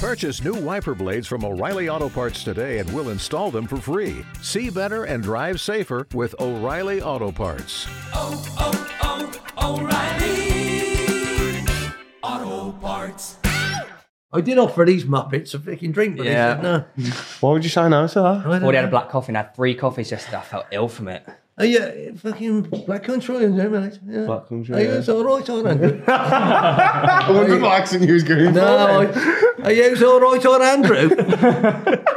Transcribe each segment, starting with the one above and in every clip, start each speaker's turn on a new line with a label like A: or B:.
A: Purchase new wiper blades from O'Reilly Auto Parts today and we'll install them for free. See better and drive safer with O'Reilly Auto Parts.
B: oh, oh, O'Reilly Auto Parts.
C: I did offer these Muppets a freaking drink, but
D: Yeah.
C: they said no.
E: Why would you say no to that?
C: I don't
D: Already had
C: know.
D: a black coffee and had three coffees yesterday. I felt ill from it.
C: Oh, yeah, fucking Black Country, you know, mate. Yeah.
E: Black Country,
C: Oh, yeah,
E: yeah.
C: it's all right, all right.
E: I wondered what accent he was going
C: no, I, oh, yeah, it's all right, all right, Andrew.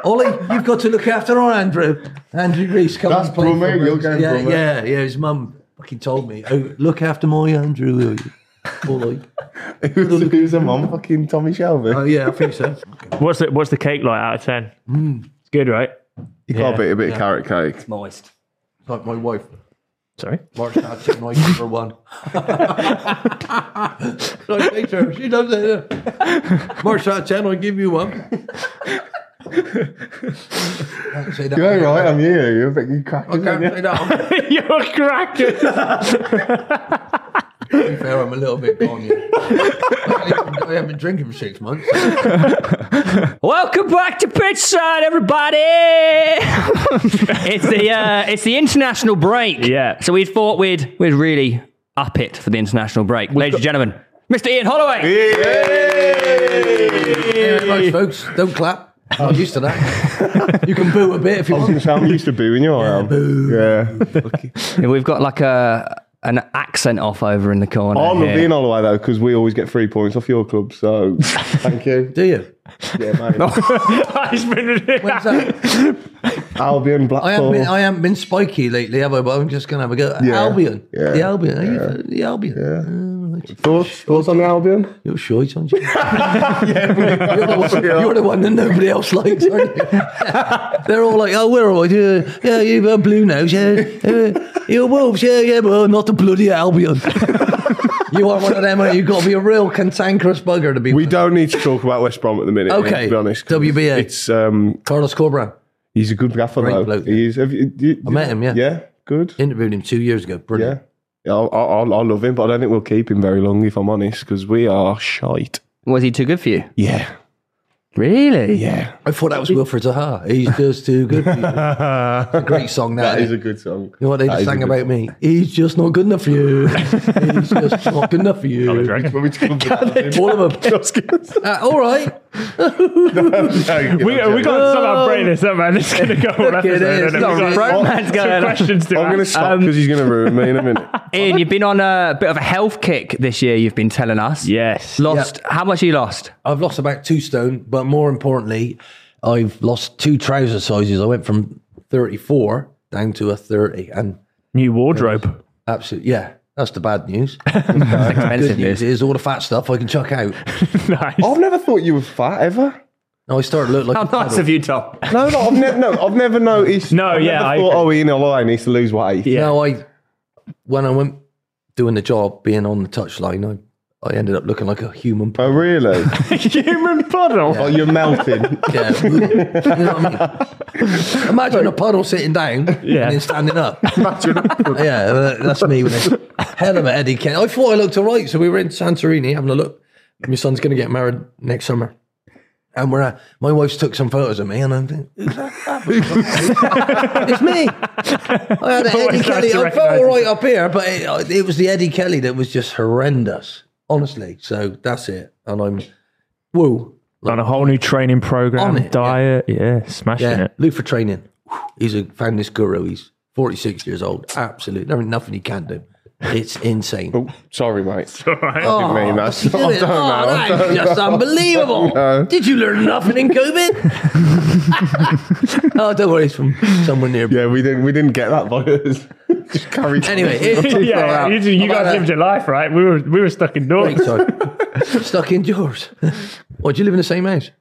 C: Ollie, you've got to look after our Andrew. Andrew Reese, come
E: That's
C: and play
E: Brummy,
C: for
E: you're
C: us.
E: going
C: yeah,
E: Brummy.
C: Yeah, yeah, his mum fucking told me, oh, look after my Andrew, will you? All right.
E: Who's, who's the mum? Fucking Tommy Shelby.
C: Oh, yeah, I think so.
F: What's the what's the cake like out of ten? It's good, right?
E: you can't beat a bit of carrot cake.
D: Moist.
C: Like my wife.
F: Sorry.
C: March that chicken I give her one. I say to her, she loves it. yeah. March that ten, I give you one. Can't say that.
E: You're right, I'm you. You're a bit you cracking.
C: Can't
E: Okay.
C: say that. I'm-
F: You're cracking.
C: To be fair, I'm a little bit gone. Yeah. I haven't been drinking for six months.
D: Welcome back to Pitchside, everybody. it's the uh, it's the international break.
F: Yeah.
D: So we thought we'd we'd really up it for the international break, ladies and gentlemen. Mr. Ian Holloway.
C: Anyway, right, folks, don't clap. I'm not used to that. You can boo a bit if you want.
E: Sam used to booing you, I am. Yeah.
D: We've got like a an accent off over in the corner.
E: I'm
D: here.
E: not being all the way though, because we always get three points off your club, so thank you.
C: Do you?
E: Yeah, mate.
F: It's been-
C: When's that? I
E: Albion,
C: haven't
E: Blackpool.
C: been, I haven't been spiky lately, have I? But I'm just gonna have a go.
E: Oh. Yeah.
C: Albion,
E: Yeah.
C: the Albion, Are you for- the Albion.
E: Thoughts? Thoughts on the Albion?
C: You're shite, aren't you? you're, the one, you're the one that nobody else likes, aren't you? They're all like, oh, we're all right. Yeah, yeah you've a blue nose. Yeah, uh, you're wolves. Yeah, yeah, but not the bloody Albion. you are one of them, aren't you? You've got to be a real cantankerous bugger to be.
E: We don't need to talk about West Brom at the minute.
C: Okay.
E: Ian, to be honest. 'cause
C: WBA.
E: It's um,
C: Carlos Corbran
E: he's a good gaffer
C: Great
E: though.
C: bloke.
E: He is. Have you, you,
C: I met him, yeah.
E: Yeah, good.
C: interviewed him two years ago. Brilliant.
E: Yeah. I, I, I love him, but I don't think we'll keep him very long, if I'm honest, because we are shite.
D: Was he too good for you?
E: Yeah.
D: Really?
E: Yeah.
C: I thought that was Wilfred Zaha. He's just too good. For you. It's a great song. That,
E: That
C: isn't
E: is
C: it?
E: a good song.
C: You know what they
E: That
C: just
E: is a
C: sang
E: good
C: about
E: song.
C: me? He's just not good enough for you. He's just not good enough for you.
E: When we talk about him-
C: All of them. Uh, all right.
F: we we can't somehow break this up, man. It's gonna go on
C: Look at
F: episode.
C: this.
F: isn't it? We
C: Look,
F: got
D: Bromance going
F: Some
D: on.
F: questions to
E: I'm going to
F: ask.
E: stop because he's going to ruin me in a minute.
D: Ian, you've been on a bit of a health kick this year. You've been telling us.
F: Yes.
D: Lost. How much you lost?
C: I've lost about two stone, but more importantly, I've lost two trouser sizes. I went from 34 down to a 30. And
F: New wardrobe.
C: absolutely, yeah, that's the bad news.
D: It's
C: Good
D: expensive.
C: news is all the fat stuff I can chuck out.
F: nice.
E: I've never thought you were fat ever.
C: Now I started to look like
D: How
C: a
D: nice
C: paddle.
D: of you, Tom.
E: No, no, I've, ne- no, I've never noticed.
F: No,
E: I've
F: yeah,
E: Never
F: I
E: thought, oh, Ian O'Leary needs to lose weight.
F: Yeah.
C: Now I, when I went doing the job, being on the touchline, I, I ended up looking like a human.
E: Oh, really?
F: Human puddle.
E: oh, you're melting.
C: Yeah. you know what I mean? Imagine a puddle sitting down
F: Yeah.
C: and then standing up. yeah, uh, that's me with a hell of a Eddie Ken. I thought I looked all right. So we were in Santorini having a look. My son's going to get married next summer. And we're, uh, my wife's took some photos of me, and I'm thinking, "Who's that? it's me. I had an Eddie
F: nice
C: Kelly.
F: to
C: I felt
F: recognise
C: all right up here, but it, it was the Eddie Kelly that was just horrendous, honestly. So that's it. And I'm, woo,
F: On a whole new training program,
C: On it,
F: diet. Yeah, smashing
C: yeah,
F: it.
C: look for training. Whew. He's a found this guru. He's 46 years old. Absolutely. There ain't nothing he can't do. It's insane.
E: Oh, sorry, mate.
F: Alright.
C: Oh,
E: I mean, that's
C: Look at it.
E: done
C: Oh,
E: now.
C: that is just unbelievable. Did you learn nothing in COVID? oh, don't worry. It's from somewhere near.
E: Yeah, we didn't. We didn't get that, boys. Just carry.
C: Anyway, it,
F: yeah, you, you
C: I've had
F: guys
C: a
F: lived your life, right? We were we were stuck
C: great
F: indoors.
C: time. stuck indoors. Why do you live in the same house?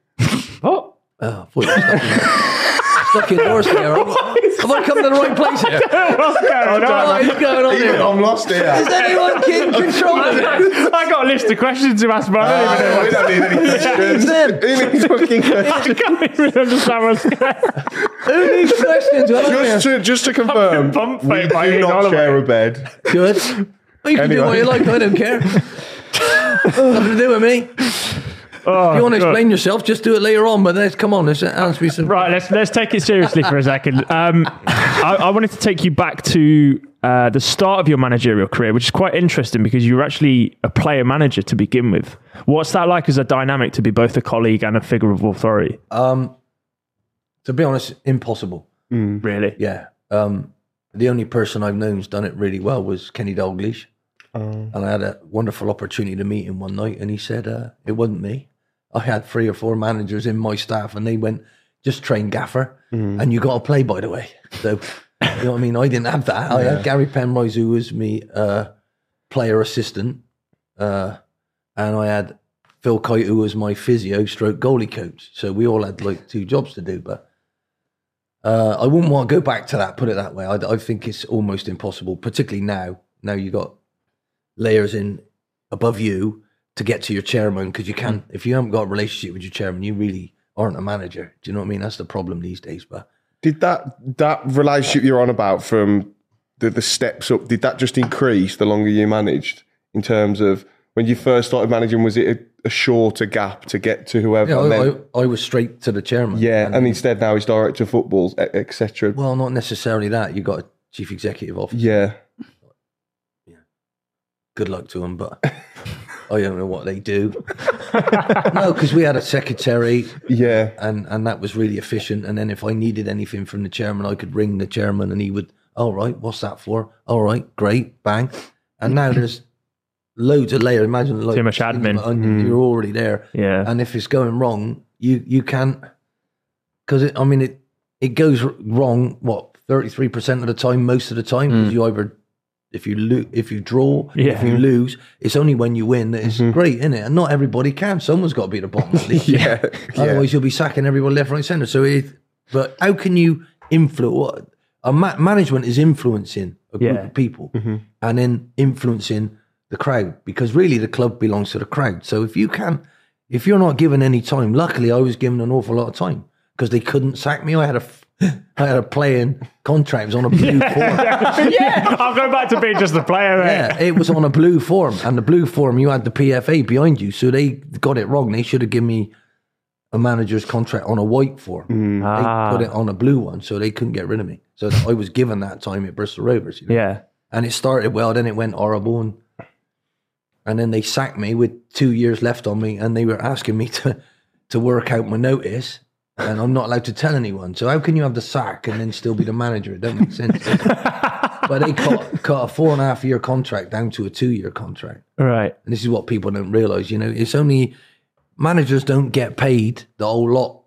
F: What?
C: Oh, I thought you were stuck indoors. stuck indoors here. Have I come to the right place here?
F: What's going on?
C: What is going on
E: Even
C: here?
E: I'm lost here.
C: Is anyone can control it?
F: I got a list of questions to ask, but I don't
E: Ah, we don't
F: even know
E: need any questions.
C: Then.
E: Who needs fucking questions?
F: I can't even understand what's going on.
C: Who needs questions? Well, I'm here.
E: Just to, just to confirm,
F: bump
E: we
F: fight by
E: do
F: Ian
E: not
F: Holloway.
E: share a bed.
C: Good. Well, you can do
E: Anyway.
C: what you like. I don't care. Nothing to do with me.
F: Oh,
C: If you want to
F: God.
C: explain yourself, just do it later on. But let's come on. Let's answer me some.
F: Right, let's let's take it seriously for a second. Um, I, I wanted to take you back to uh, the start of your managerial career, which is quite interesting because you were actually a player manager to begin with. What's that like as a dynamic to be both a colleague and a figure of authority?
C: To be honest, impossible.
F: really?
C: Yeah. Um, the only person I've known who's done it really well was Kenny Dalglish. And I had a wonderful opportunity to meet him one night, and he said, uh, It wasn't me. I had three or four managers in my staff, and they went, Just train Gaffer, and you got to play, by the way. So, you know what I mean? I didn't have that. I had Gary Penrose, who was me uh, player assistant, uh, and I had Phil Kite, who was my physio stroke goalie coach. So, we all had like two jobs to do, but uh, I wouldn't want to go back to that. Put it that way. I, I think it's almost impossible, particularly now. Now you got layers in above you to get to your chairman because you can.
E: Hmm.
C: If you haven't got a relationship with your chairman, you really aren't a manager. Do you know what I mean? That's the problem these days. But
E: Did that that relationship you're on about from the, the steps up? Did that just increase the longer you managed in terms of when you first started managing? Was it a, a shorter gap to get to whoever?
C: yeah,
E: and then-
C: I, I, I was straight to the chairman.
E: yeah, and, instead now he's director of football, etc.
C: well, not necessarily that. You got a chief executive officer.
E: yeah,
C: good luck to them, but I don't know what they do. no, because we had a secretary
E: yeah.
C: and and that was really efficient. And then if I needed anything from the chairman, I could ring the chairman, and he would. All right, what's that for? All right, great, bang. And now there's loads of layers. Imagine like,
F: Too much
C: skins of
F: admin. Hmm.
C: onion, You're already there.
F: Yeah.
C: And if it's going wrong, you you can't because I mean it it goes r- wrong. What thirty three percent of the time, most of the time, 'cause you either if you lo- if you draw, if
F: Hmm. Yeah.
C: you lose, it's only when you win that it's great, isn't it? And not everybody can. Someone's got to be the bottom of the league.
E: Yeah, yeah.
C: Otherwise, you'll be sacking everyone left, right, centre. So, it, but how can you influence? A ma- management is influencing a group
F: Yeah.
C: of people, and then influencing the crowd because really the club belongs to the crowd. So if you can, if you're not given any time, luckily I was given an awful lot of time because they couldn't sack me. I had a, f- I had a playing contract. It was on a blue form.
F: I'll go back to being just a player. Mate.
C: Yeah, it was on a blue form, and the blue form you had the PFA behind you, so they got it wrong. They should have given me a manager's contract on a white form. They put it on a blue one, so they couldn't get rid of me. So I was given that time at Bristol Rovers. You know?
F: Yeah.
C: and it started well, then it went horrible, and and then they sacked me with two years left on me, and they were asking me to to work out my notice. And I'm not allowed to tell anyone. So how can you have the sack and then still be the manager? It doesn't make sense. does it? but they cut, cut a four and a half year contract down to a two year contract.
F: Right.
C: And this is what people don't realize. You know, it's only managers don't get paid the whole lot.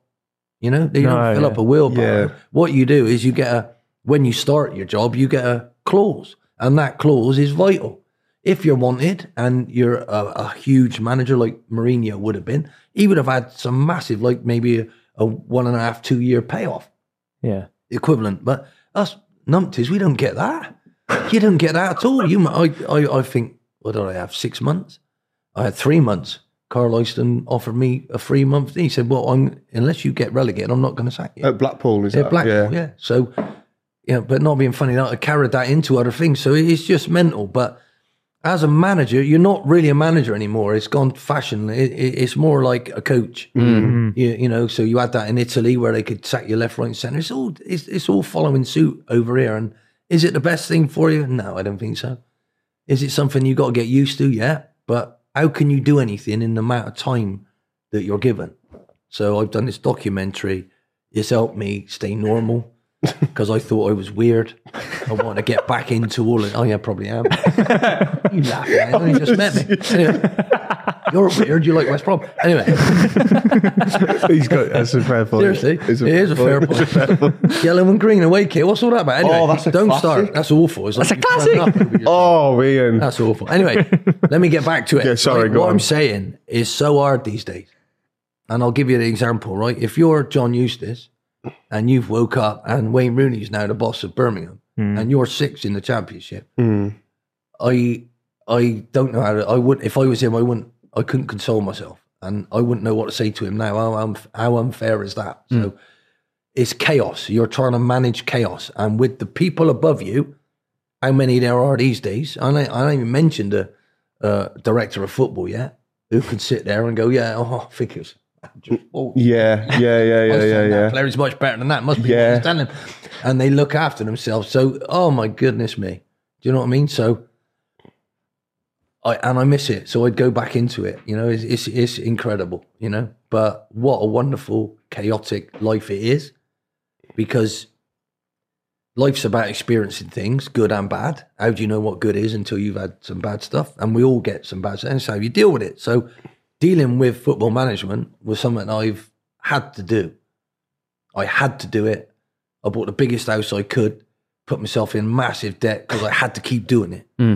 C: You know, they
F: No,
C: don't fill
F: yeah.
C: up a wheelbarrow.
E: Yeah.
C: What you do is you get a, when you start your job, you get a clause. And that clause is vital. If you're wanted and you're a, a huge manager like Mourinho would have been, he would have had some massive, like maybe a, a one and a half, two year payoff
F: Yeah.
C: equivalent. But us numpties, we don't get that. You don't get that at all. You, might- I, I, I think. What did I have? Six months. I had three months. Carl Oyston offered me a three month. He said, "Well, I'm, unless you get relegated, I'm not going to sack you."
E: At Blackpool is
C: yeah,
E: that?
C: Blackpool, yeah. So, yeah, but not being funny, I carried that into other things. So it- it's just mental. But as a manager, you're not really a manager anymore. It's gone fashion. It, it, it's more like a coach. You, you know, so you had that in Italy where they could sack you left, right, and centre. It's all it's, it's all following suit over here. And is it the best thing for you? No, I don't think so. Is it something you got to get used to? Yeah, but how can you do anything in the amount of time that you're given? So I've done this documentary. It's helped me stay normal. because I thought I was weird. I want to get back into all it. Oh, yeah, probably am. you laugh, man. You just met me. Anyway, you're weird. You like West Brom. Anyway,
G: He's got that's a fair point.
C: seriously,
G: It's
C: it is a fair
G: point.
C: point. Yellow and green away kit. What's all that about? Anyway,
G: Oh, that's a
C: don't
G: classic.
C: start. That's awful. It's like
D: That's a
C: you've
D: classic.
C: turned up. We just-
E: Oh, Ian.
C: That's awful. Anyway, let me get back to it.
E: Yeah, sorry,
C: Right,
E: go
C: what
E: on.
C: I'm saying is so hard these days. And I'll give you the example, right? If you're John Eustace and you've woke up and Wayne Rooney's now the boss of Birmingham
E: Hmm.
C: and you're six in the championship, I I don't know how to, I would if I was him, I wouldn't I couldn't console myself. And I wouldn't know what to say to him now. How, unf- how unfair is that?
E: Hmm.
C: So it's chaos. You're trying to manage chaos. And with the people above you, how many there are these days. I don't, I don't even mention the uh, director of football yet, who can sit there and go, yeah, oh, I think it was. Oh,
E: Yeah, yeah, yeah,
C: I
E: yeah,
C: said
E: yeah,
C: that
E: yeah.
C: Player is much better than that. Must be
E: Yeah.
C: understanding. And they look after themselves. So, oh my goodness me, do you know what I mean? So, I and I miss it. So I'd go back into it. You know, it's it's, it's incredible. You know, but what a wonderful chaotic life it is, because life's about experiencing things, good and bad. How do you know what good is until you've had some bad stuff? And we all get some bad stuff. And so you deal with it. So dealing with football management was something I've had to do. I had to do it. I bought the biggest house I could, put myself in massive debt because I had to keep doing it.
E: Hmm.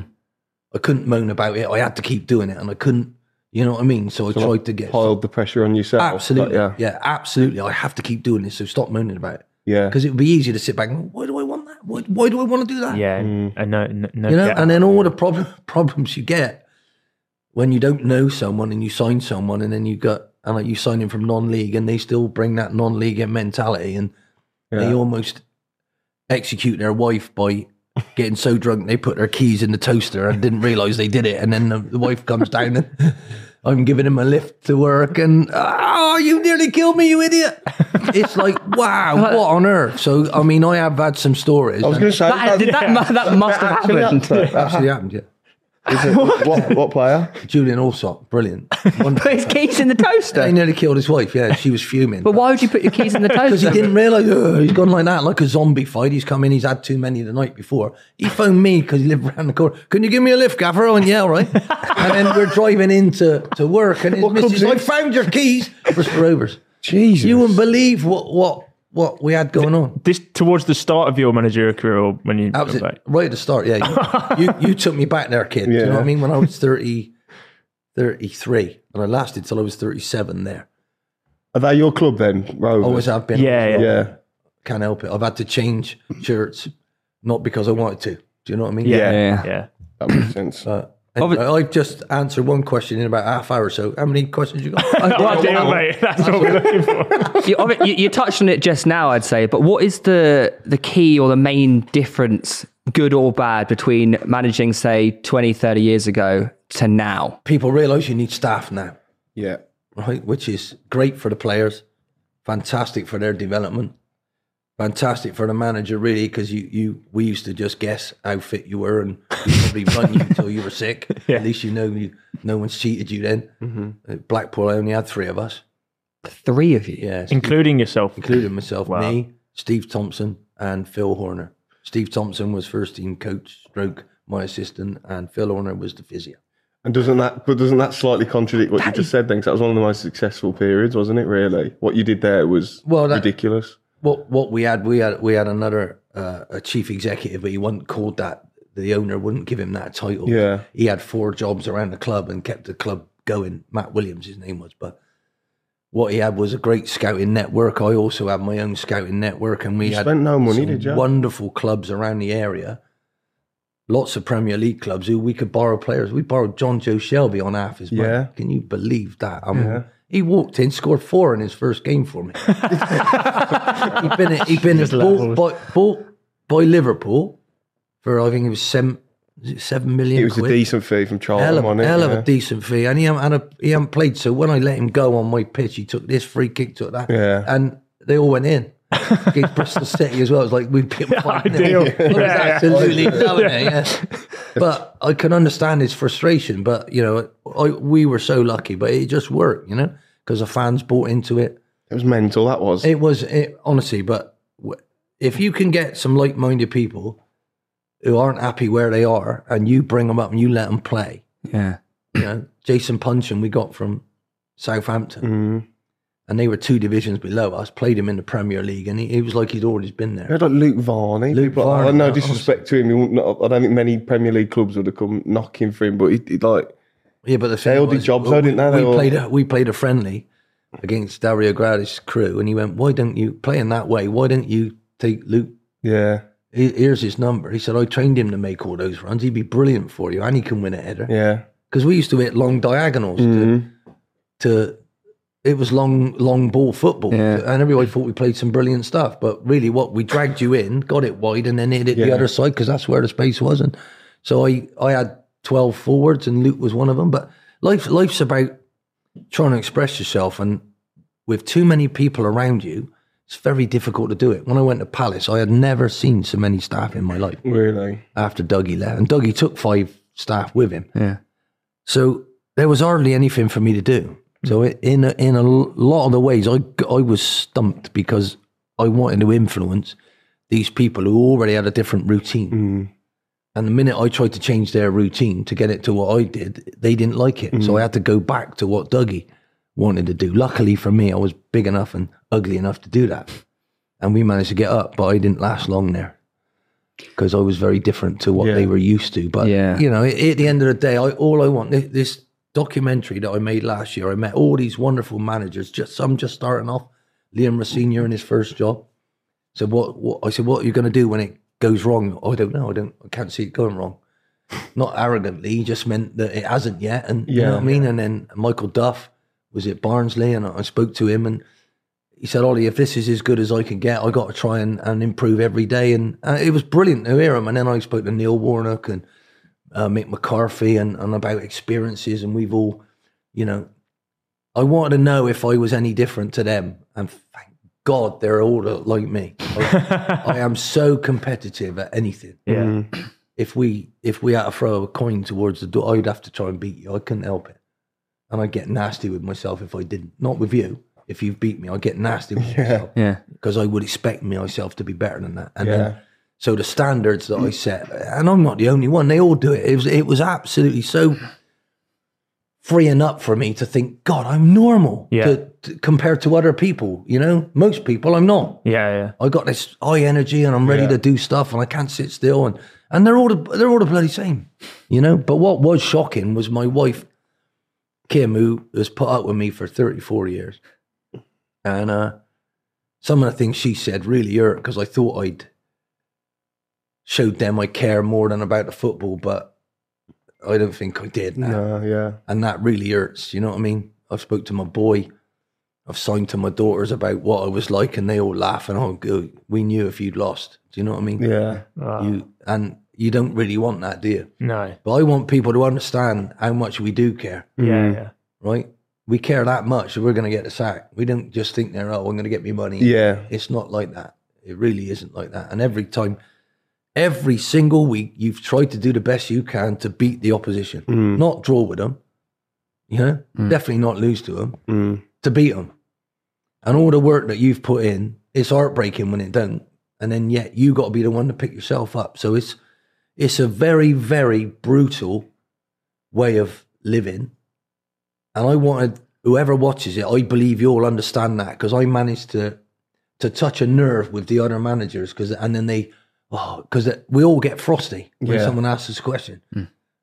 C: I couldn't moan about it. I had to keep doing it. And I couldn't, you know what I mean? So I tried to get.
E: Piled the pressure on yourself. but
C: Absolutely.
E: Yeah.
C: yeah. absolutely. I have to keep doing this. So stop moaning about it.
E: Yeah.
C: Because it would be easy to sit back and why do I want that? Why, why do I want to do that?
F: Yeah, and no, no, no
C: Mm. you know,
F: yeah.
C: and then all the problem, problems you get when you don't know someone and you sign someone and then you got and like you sign him from non-league and they still bring that non-league in mentality and they almost execute their wife by getting so drunk they put their keys in the toaster and didn't realize they did it and then the, the wife comes down and I'm giving him a lift to work and oh you nearly killed me you idiot it's like wow what on earth so I mean I have had some stories
E: I was going to say,
D: That, did that, mu- that must have
E: actually
D: happened.
E: happened.
C: actually happened yeah
E: Is it- what, what player?
C: Julian Allsop, brilliant.
D: Put his keys in the
C: he
D: toaster.
C: nearly killed his wife. Yeah, she was fuming.
D: But why would you put your keys in the
C: Because he
D: toaster?
C: didn't realise "Ugh," he's gone like that, like a zombie fight. He's come in, he's had too many the night before. He phoned me because he lived around the corner. Can you give me a lift, Gaffer? I went, yeah, all right. and then we're driving into to work, and his
E: What
C: missus,
E: company?
C: I found your keys for Rovers.
E: Jesus.
C: You wouldn't believe what what what we had going on.
F: this towards the start of your managerial career, or when you
C: That was it, right at the start. Yeah, you, you, you took me back there, kid. Do you know
E: Yeah.
C: what I mean? When I was 30, 33, and I lasted till I was thirty-seven. There,
E: Are they your club then, Rovers?
C: always have been.
F: Yeah, yeah.
E: Yeah.
C: can't help it. I've had to change shirts, not because I wanted to. Do you know what I mean?
F: Yeah.
D: Yeah.
F: yeah.
E: That makes sense.
C: Anyway, I've just answered one question in about half hour or so. How many questions you got?
F: I do, mate. That's what we're looking for.
D: you, of Oh, it- you, you touched on it just now, I'd say, but what is the the key or the main difference, good or bad, between managing, say, 20, 30 years ago to now?
C: People realise you need staff now,
E: yeah.
C: right? Which is great for the players, fantastic for their development, fantastic for the manager, really, because you, you we used to just guess how fit you were and we probably run you until you were sick. At least you know you, no one's cheated you then. At Blackpool, I only had three of us.
D: Three of you.
C: Yeah,
F: Including yourself.
C: including myself, me, Steve Thompson, and Phil Horner. Steve Thompson was first team coach, stroke my assistant, and Phil Horner was the physio.
E: And doesn't that but doesn't that slightly contradict what you just said then? Because that was one of the most successful periods, wasn't it? Really, what you did there was
C: Well, that-
E: ridiculous.
C: What what we had, we had we had another uh, a chief executive, but he wasn't called that. The owner wouldn't give him that title.
E: Yeah.
C: he had four jobs around the club and kept the club going. Matt Williams, his name was, but. What he had was a great scouting network. I also had my own scouting network, and we
E: You
C: had
E: spent no money,
C: some
E: did you?
C: Wonderful clubs around the area. Lots of Premier League clubs who we could borrow players. We borrowed John Joe Shelby on half his money.
E: Yeah.
C: Can you believe that? I mean, he walked in, scored four in his first game for me. he'd been he'd been bought, by, bought by Liverpool for I think it was seven was it seven million.
E: It was a
C: quid?
E: decent fee from Charlton,
C: Hell, of,
E: wasn't it?
C: hell of
E: Yeah.
C: a decent fee, and he hadn't, had a- he hadn't played. So when I let him go on my pitch, he took this free kick, took that,
E: Yeah.
C: and they all went in. Against Bristol City as well. It's like we'd be fighting it.
F: ideal.
C: It was
F: Yeah, yeah.
C: absolutely dominant, yeah. But I can understand his frustration. But you know, I, we were so lucky. But it just worked, you know, because the fans bought into it.
E: It was mental. That was.
C: It was it, honestly, but w- if you can get some like minded people who aren't happy where they are and you bring them up and you let them play,
D: Yeah.
C: you know, Jason Punchin we got from Southampton,
E: Mm-hmm.
C: and they were two divisions below us. Played him in the Premier League, and he, he was like he'd always been
E: They
C: there.
E: had like Luke Varney.
C: Luke
E: People like that.
C: Varney,
E: no
C: that
E: disrespect to him. He wouldn't, not- I don't think many Premier League clubs would have come knocking for him, but he, he like
C: Yeah, but the
E: they
C: thing
E: all did
C: was,
E: jobs,
C: we,
E: though, didn't they? They
C: we
E: all-
C: played a, we played a friendly against Dario Gradi's crew, and he went, "Why don't you playing that way? Why don't you take Luke?"
E: yeah,
C: he- Here's his number. He said, "I trained him to make all those runs. He'd be brilliant for you, and he can win a header."
E: yeah.
C: because we used to hit long diagonals to, to it was long long ball football and everybody thought we played some brilliant stuff but really what we dragged you in got it wide and then hit it the
E: Yeah.
C: other side because that's where the space was and so i i had 12 forwards and luke was one of them but life life's about trying to express yourself and with too many people around you it's very difficult to do it when i went to palace i had never seen so many staff in my life
E: Really?
C: after dougie left and dougie took five staff with him
D: Yeah.
C: so there was hardly anything for me to do. So i- in a, in a l- lot of the ways, I g- I was stumped because I wanted to influence these people who already had a different routine. And the minute I tried to change their routine to get it to what I did, they didn't like it. So I had to go back to what Dougie wanted to do. Luckily for me, I was big enough and ugly enough to do that, and we managed to get up. But I didn't last long there because I was very different to what
E: Yeah.
C: they were used to. But
D: Yeah.
C: you know, at, at the end of the day, I, all I want thi- this documentary that I made last year. I met all these wonderful managers. Just some just starting off. Liam Rossini in his first job. So what, what? I said, what are you going to do when it goes wrong? "Oh, I don't know. I don't. I can't see it going wrong. Not arrogantly, he just meant that it hasn't yet. And you know
E: Yeah.
C: what I mean. And then Michael Duff was at Barnsley, and I I spoke to him, and he said, Ollie, if this is as good as I can get, I got to try and, and improve every day. And uh, it was brilliant to hear him. And then I spoke to Neil Warnock and uh, Mick McCarthy and, and about experiences. And we've all, you know, I wanted to know if I was any different to them. And thank God they're all like me. I, I am so competitive at anything.
F: Yeah.
C: If we if we had to throw a coin towards the door, I'd have to try and beat you. I couldn't help it. And I'd get nasty with myself if I didn't. Not with you. If you've beat me, I get nasty with myself
D: Yeah.
C: because I would expect myself to be better than that. And
E: Yeah.
C: then, so the standards that I set, and I'm not the only one. They all do it. It was it was absolutely so freeing up for me to think, God, I'm normal
F: Yeah.
C: to, to- compared to other people. You know, most people, I'm not.
F: Yeah, yeah.
C: I got this high energy, and I'm ready
E: Yeah.
C: to do stuff, and I can't sit still. And and they're all the, they're all the bloody same. You know. But what was shocking was my wife, Kim, who has put up with me for 34 years, and uh some of the things she said really hurt because I thought I'd showed them I care more than about the football, but I don't think I did.
E: No, yeah.
C: And that really hurts. You know what I mean? I've spoke to my boy. I've signed to my daughters about what I was like, and they all laugh and oh, good. We knew if you'd lost. Do you know what I mean?
E: Yeah.
C: You and you don't really want that, do you?
F: No.
C: But I want people to understand how much we do care
F: Yeah, yeah.
C: right? We care that much that we're going to get the sack. We don't just think they're, oh, I'm going to get me money.
E: Yeah.
C: It's not like that. It really isn't like that. And every time, every single week, you've tried to do the best you can to beat the opposition, not draw with them, you know, definitely not lose to them, to beat them. And all the work that you've put in, it's heartbreaking when it don't. And then yet you got to be the one to pick yourself up. So it's, it's a very, very brutal way of living. And I wanted whoever watches it, I believe you'll understand that because I managed to to touch a nerve with the other managers because and then they oh because we all get frosty when
E: Yeah.
C: someone asks us a question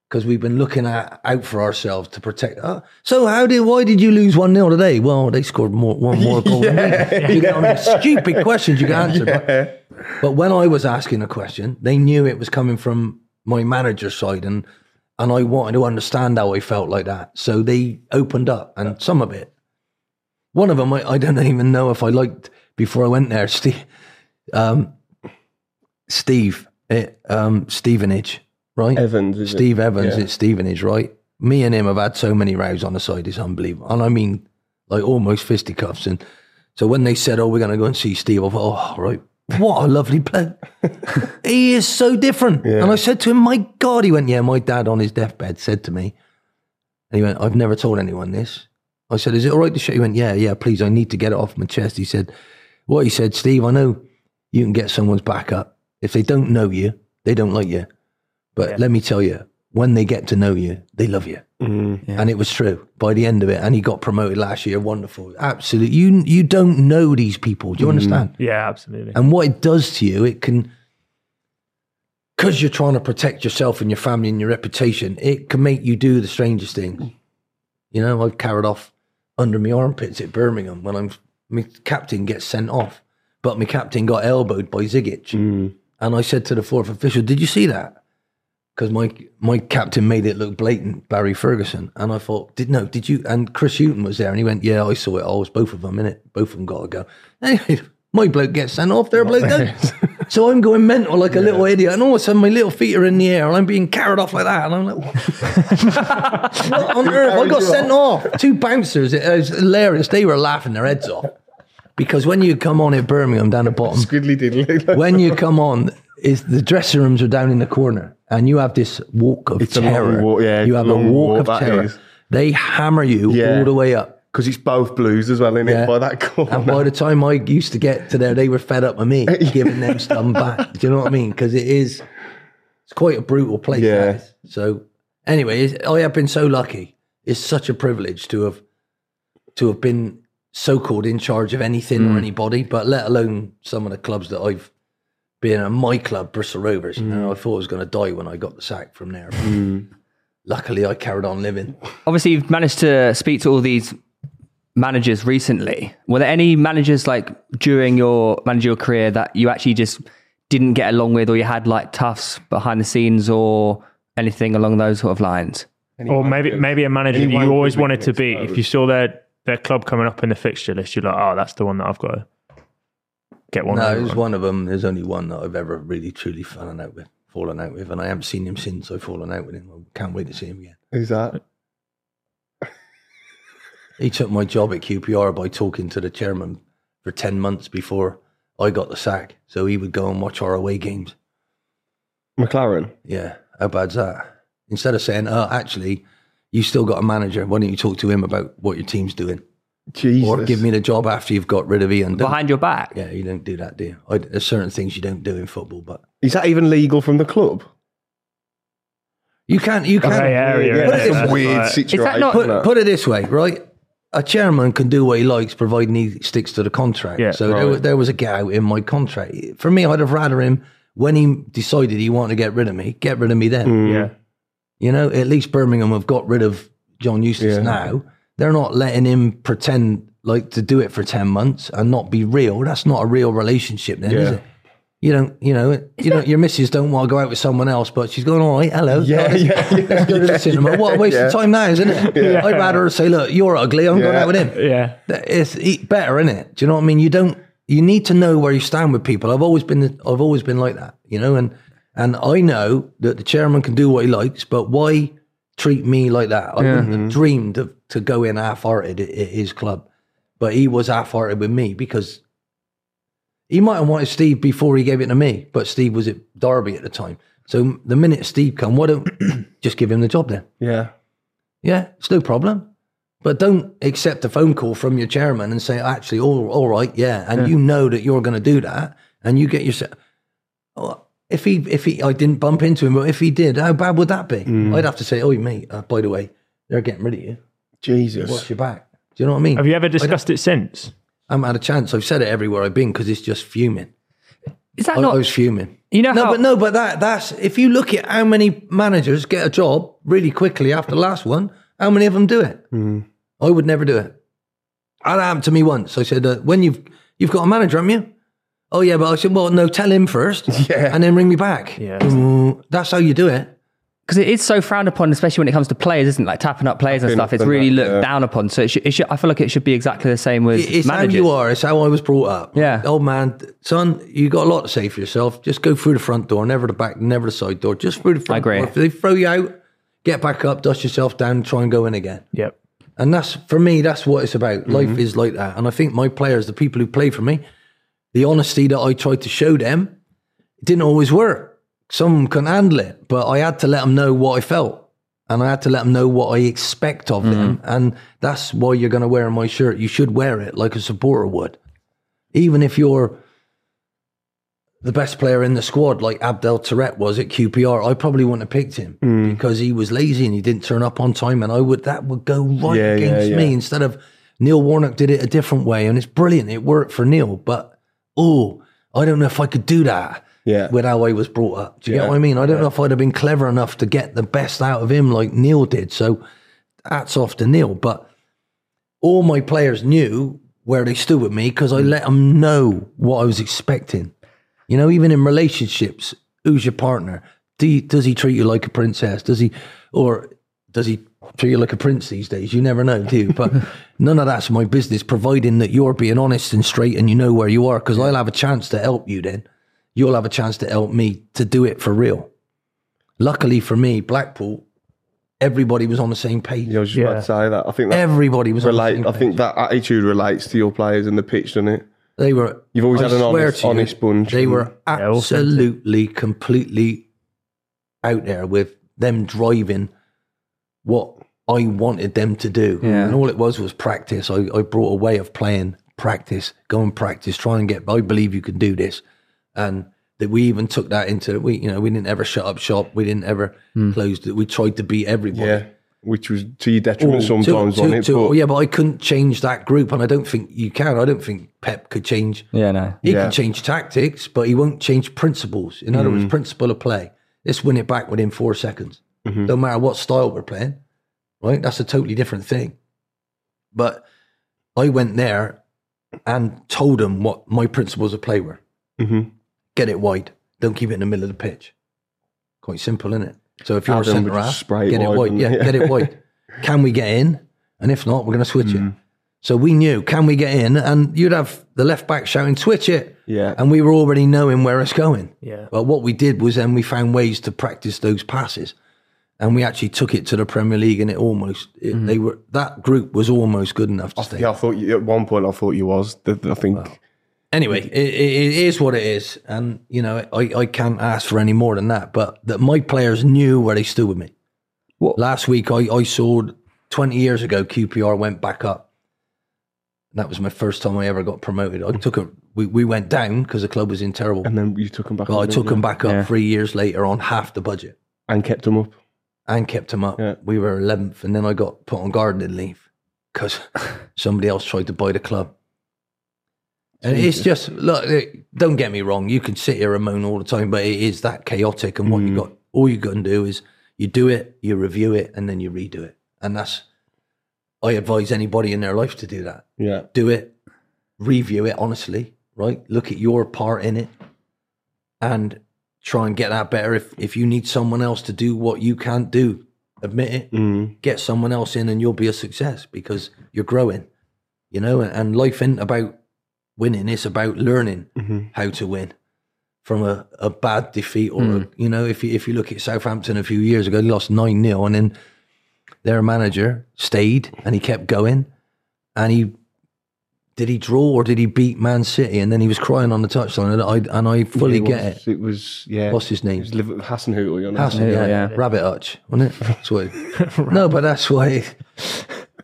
C: because we've been looking at, out for ourselves to protect. Uh, so how did why did you lose one 0 today? Well, they scored more, one more goal. than we did. You know, I mean, stupid questions you can answer. But but when I was asking a question, they knew it was coming from my manager's side, and and I wanted to understand how I felt like that. So they opened up, and some of it, one of them, I, I don't even know if I liked before I went there. Steve, um, Steve, eh, um, Stevenage, right?
E: Evans, is it?
C: Steve Evans
E: Yeah.
C: at Stevenage, right? Me and him have had so many rows on the side, it's unbelievable. And I mean, like almost fisticuffs. And so when they said, oh, we're going to go and see Steve, I thought, oh, right. What a lovely bloke. he is so different. And I said to him, my God. He went, yeah, my dad on his deathbed said to me, and he went, I've never told anyone this. I said, is it all right to show? He went, yeah, yeah, please, I need to get it off my chest. He said, what? He said, Steve, I know you can get someone's back up. If they don't know you, they don't like you. But let me tell you, when they get to know you, they love you. And it was true by the end of it. And he got promoted last year. Wonderful. Absolutely. You, you don't know these people. Do you understand?
F: Yeah, absolutely.
C: And what it does to you, it can, because you're trying to protect yourself and your family and your reputation, it can make you do the strangest things. You know, I've carried off under my armpits at Birmingham when I'm my captain gets sent off, but my captain got elbowed by Zigic, and I said to the fourth official, "Did you see that?" Because my my captain made it look blatant, Barry Ferguson, and I thought, "Did no? Did you?" And Chris Hutton was there, and he went, "Yeah, I saw it. all. It's both of them in it. Both of them got to go." Anyway, my bloke gets sent off, their bloke does. so I'm going mental like a little idiot, and all of a sudden my little feet are in the air, and I'm being carried off like that, and I'm like, what on earth? I got sent off. Two bouncers. It was hilarious. They were laughing their heads off because when you come on at Birmingham down the bottom,
E: Squiddly diddly.
C: when you come on, is the dressing rooms are down in the corner, and you have this walk of
E: It's a long
C: terror.
E: walk, yeah,
C: you have a
E: long walk,
C: walk, of
E: that
C: terror.
E: is.
C: They hammer you
E: Yeah.
C: all the way up.
E: Because it's both blues as well, isn't
C: Yeah.
E: it? By that corner.
C: And by the time I used to get to there, they were fed up with me giving them stuff back. Do you know what I mean? Because it is, it's quite a brutal place.
E: Yeah.
C: that is. So anyway, it's- I have been so lucky. It's such a privilege to have to have been so called in charge of anything or anybody, but let alone some of the clubs that I've been at. My club, Bristol Rovers, you know, I thought I was going to die when I got the sack from there. Luckily, I carried on living.
D: Obviously, you've managed to speak to all these managers recently. Were there any managers like during your managerial career that you actually just didn't get along with, or you had like toughs behind the scenes, or anything along those sort of lines?
F: or maybe maybe a manager that
E: anyone
F: you always
E: could be
F: wanted to
E: mixed
F: be.
E: mode.
F: If you saw their their club coming up in the fixture list, you're like, oh, that's the one that I've got to get one.
C: No,
F: over
C: it was
F: on.
C: one of them. There's only one that I've ever really truly fallen out with, fallen out with, and I haven't seen him since I've fallen out with him. I can't wait to see him again.
E: Who's that?
C: He took my job at QPR by talking to the chairman for ten months before I got the sack, so he would go and watch our away games.
E: McLaren.
C: Yeah, how bad's that? Instead of saying, "Oh, actually, you still got a manager. Why don't you talk to him about what your team's doing,
E: Jesus.
C: or give me the job after you've got rid of Ian?" Don't-
D: Behind your back?
C: yeah, you don't do that, do you? I, there's certain things you don't do in football, but
E: Is that even legal from the club?
C: you can't. You can't.
F: Grey area.
C: Put it
F: isn't
C: this
F: it?
C: way.
E: Weird
F: Like,
E: situation.
D: that not-
E: isn't
C: Put,
E: it?
C: put it this way, right? A chairman can do what he likes, providing he sticks to the contract.
F: Yeah,
C: so there,
E: right.
C: was, there was a get out in my contract. For me, I'd have rather him when he decided he wanted to get rid of me, get rid of me then.
E: Mm.
F: yeah.
C: You know, at least Birmingham have got rid of John Eustace
E: Yeah.
C: now. They're not letting him pretend like to do it for ten months and not be real. That's not a real relationship, then, is
E: Yeah.
C: it? You don't, you know, you know, your missus don't want to go out with someone else, but she's going, all right, hello,
E: Yeah, yeah, yeah.
C: Let's go to the cinema. what a waste
E: yeah.
C: of time now, isn't it? I'd rather say, look, you're ugly. I'm going
E: Yeah.
C: out with him.
F: Yeah.
C: That- It's e- better, isn't it? Do you know what I mean? You don't. You need to know where you stand with people. I've always been. I've always been like that. You know, and and I know that the chairman can do what he likes, but why treat me like that? I wouldn't have dreamed of, to go in half-hearted at, at his club, but he was half-hearted with me because he might have wanted Steve before he gave it to me, but Steve was at Derby at the time. So the minute Steve come, why don't just give him the job then?
E: Yeah.
C: Yeah, it's no problem. But don't accept a phone call from your chairman and say, actually, all, all right, yeah. And you know that you're going to do that. And you get yourself. Oh, If he, if he, I didn't bump into him, but if he did, how bad would that be?
F: Mm.
C: I'd have to say, oh, mate, uh, by the way, they're getting rid of you. Watch
E: Jesus.
C: your back. Do you know what I mean?
F: Have you ever discussed it since?
C: I haven't had a chance. I've said it everywhere I've been because it's just fuming.
D: Is that
C: I,
D: not?
C: I was fuming.
D: you know
C: No,
D: how?
C: but no, but that that's if you look at how many managers get a job really quickly after the last one, how many of them do it? I would never do it. That happened to me once. I said, uh, "When you've you've got a manager, haven't you?" Oh yeah, but I said, "Well, no, tell him first,
E: Yeah.
C: and then ring me back."
F: Yeah.
C: Mm, that's how you do it.
D: because it is so frowned upon, especially when it comes to players, isn't it? Like tapping up players and
E: Tapping
D: stuff.
E: up
D: It's
E: and
D: really
E: that,
D: looked
E: yeah.
D: down upon. So it should, it should, I feel like it should be exactly the same with
C: It- It's
D: managers.
C: how you are. It's how I was brought up.
D: Yeah.
C: Old man, son, you got a lot to say for yourself. Just go through the front door, never the back, never the side door. Just through the front
D: agree.
C: door. If they throw you out, get back up, dust yourself down, try and go in again.
F: Yep.
C: And that's for me, that's what it's about.
D: Mm-hmm.
C: Life is like that. And I think my players, the people who play for me, the honesty that I tried to show them it didn't always work. Some couldn't handle it, but I had to let them know what I felt. And I had to let them know what I expect of them.
E: Mm-hmm.
C: And that's why you're going to wear my shirt. You should wear it like a supporter would. Even if you're the best player in the squad, like Abdel Tourette was at QPR, I probably wouldn't have picked him
E: Mm.
C: because he was lazy and he didn't turn up on time. And I would that would go right
E: Yeah, yeah,
C: against
E: yeah.
C: me instead of Neil Warnock did it a different way, and it's brilliant. It worked for Neil, but oh, I don't know if I could do that
E: Yeah.
C: with how I was brought up. Do you
E: Yeah,
C: get what I mean? I don't know if I'd have been clever enough to get the best out of him like Neil did. So hats off to Neil, but all my players knew where they stood with me because I let them know what I was expecting. You know, even in relationships, who's your partner? Do you, does he treat you like a princess? Does he, or does he treat you like a prince these days? You never know, do you? But none of that's my business, providing that you're being honest and straight and you know where you are, because I'll have a chance to help you then. You'll have a chance to help me to do it for real. Luckily for me, Blackpool, everybody was on the same page.
E: I was just about to say that. I think that
C: Everybody was on the same
E: relate. I think that attitude relates to your players and the pitch, doesn't it?
C: They were.
E: You've always
C: I
E: had an
C: swear
E: honest,
C: to you,
E: honest bunch.
C: They were
F: authentic.
C: absolutely, completely out there with them driving what I wanted them to do.
D: Yeah.
C: And all it was was practice. I, I brought a way of playing practice, go and practice, try and get, I believe you can do this. And that we even took that into, we, you know, we didn't ever shut up shop. We didn't ever close it. We tried to beat everybody.
E: yeah, which was to your detriment
C: Well, to-
E: sometimes,
C: to-
E: wasn't it?
C: to-
E: But-
C: yeah, but I couldn't change that group, and I don't think you can. I don't think Pep could change.
D: Yeah, no.
C: He
E: Yeah. Mm-hmm.
C: can change tactics, but he won't change principles. In other words, principle of play. Let's win it back within four seconds.
E: Mm-hmm.
C: No matter what style we're playing, right? That's a totally different thing. But I went there and told him what my principles of play were.
E: Mhm.
C: Get it wide. Don't keep it in the middle of the pitch. Quite simple, isn't it? So if you're a
E: Adam
C: centre
E: would just
C: half,
E: spray it
C: get it
E: wide,
C: wide.
E: wouldn't
C: Yeah,
E: he?
C: get it wide. Can we get in? And if not, we're going to switch
E: Mm.
C: it. So we knew, can we get in? And you'd have the left back shouting, switch it.
E: Yeah.
C: And we were already knowing where it's going.
F: Yeah.
C: But what we did was then we found ways to practice those passes. And we actually took it to the Premier League and it almost, it, they were, that group was almost good enough to stay.
E: yeah, I thought you, at one point I thought you was. Th- th- I think
C: anyway, it, it, it is what it is, and you know, I, I can't ask for any more than that. But that my players knew where they stood with me.
D: What-
C: Last week, I, I saw twenty years ago QPR went back up. And that was my first time I ever got promoted. I took a we, we went down because the club was in terrible.
E: and then you took him back.
C: But I
E: up,
C: took
E: didn't
C: them
E: you?
C: back up three years later on half the budget
E: and kept him up.
C: and kept them up.
E: Yeah.
C: We were 11th, and then I got put on gardening leave because somebody else tried to buy the club. And it's just, look, it- don't get me wrong, you can sit here and moan all the time, but it is that chaotic. And what you got, all you got to do is you do it, you review it, and then you redo it. And that's, I advise anybody in their life to do that
E: Yeah,
C: do it, review it honestly, right? Look at your part in it and try and get that better. If if you need someone else to do what you can't do, admit it. Get someone else in and you'll be a success because you're growing. You know, and, and life isn't about winning, it's about learning how to win from a, a bad defeat or a, you know, if you if you look at Southampton a few years ago, they lost nine 0 and then their manager stayed and he kept going and he did he draw or did he beat Man City? And then he was crying on the touchline, and I and I fully
E: It
C: get
E: was-
C: it.
E: It was yeah.
C: What's his
E: It
C: name?
E: was Liverpool, Hasenhutel, you know.
C: Hassel,
D: Yeah,
C: yeah,
D: yeah.
C: Rabbit Hutch, wasn't it? That's what it- no, but that's what it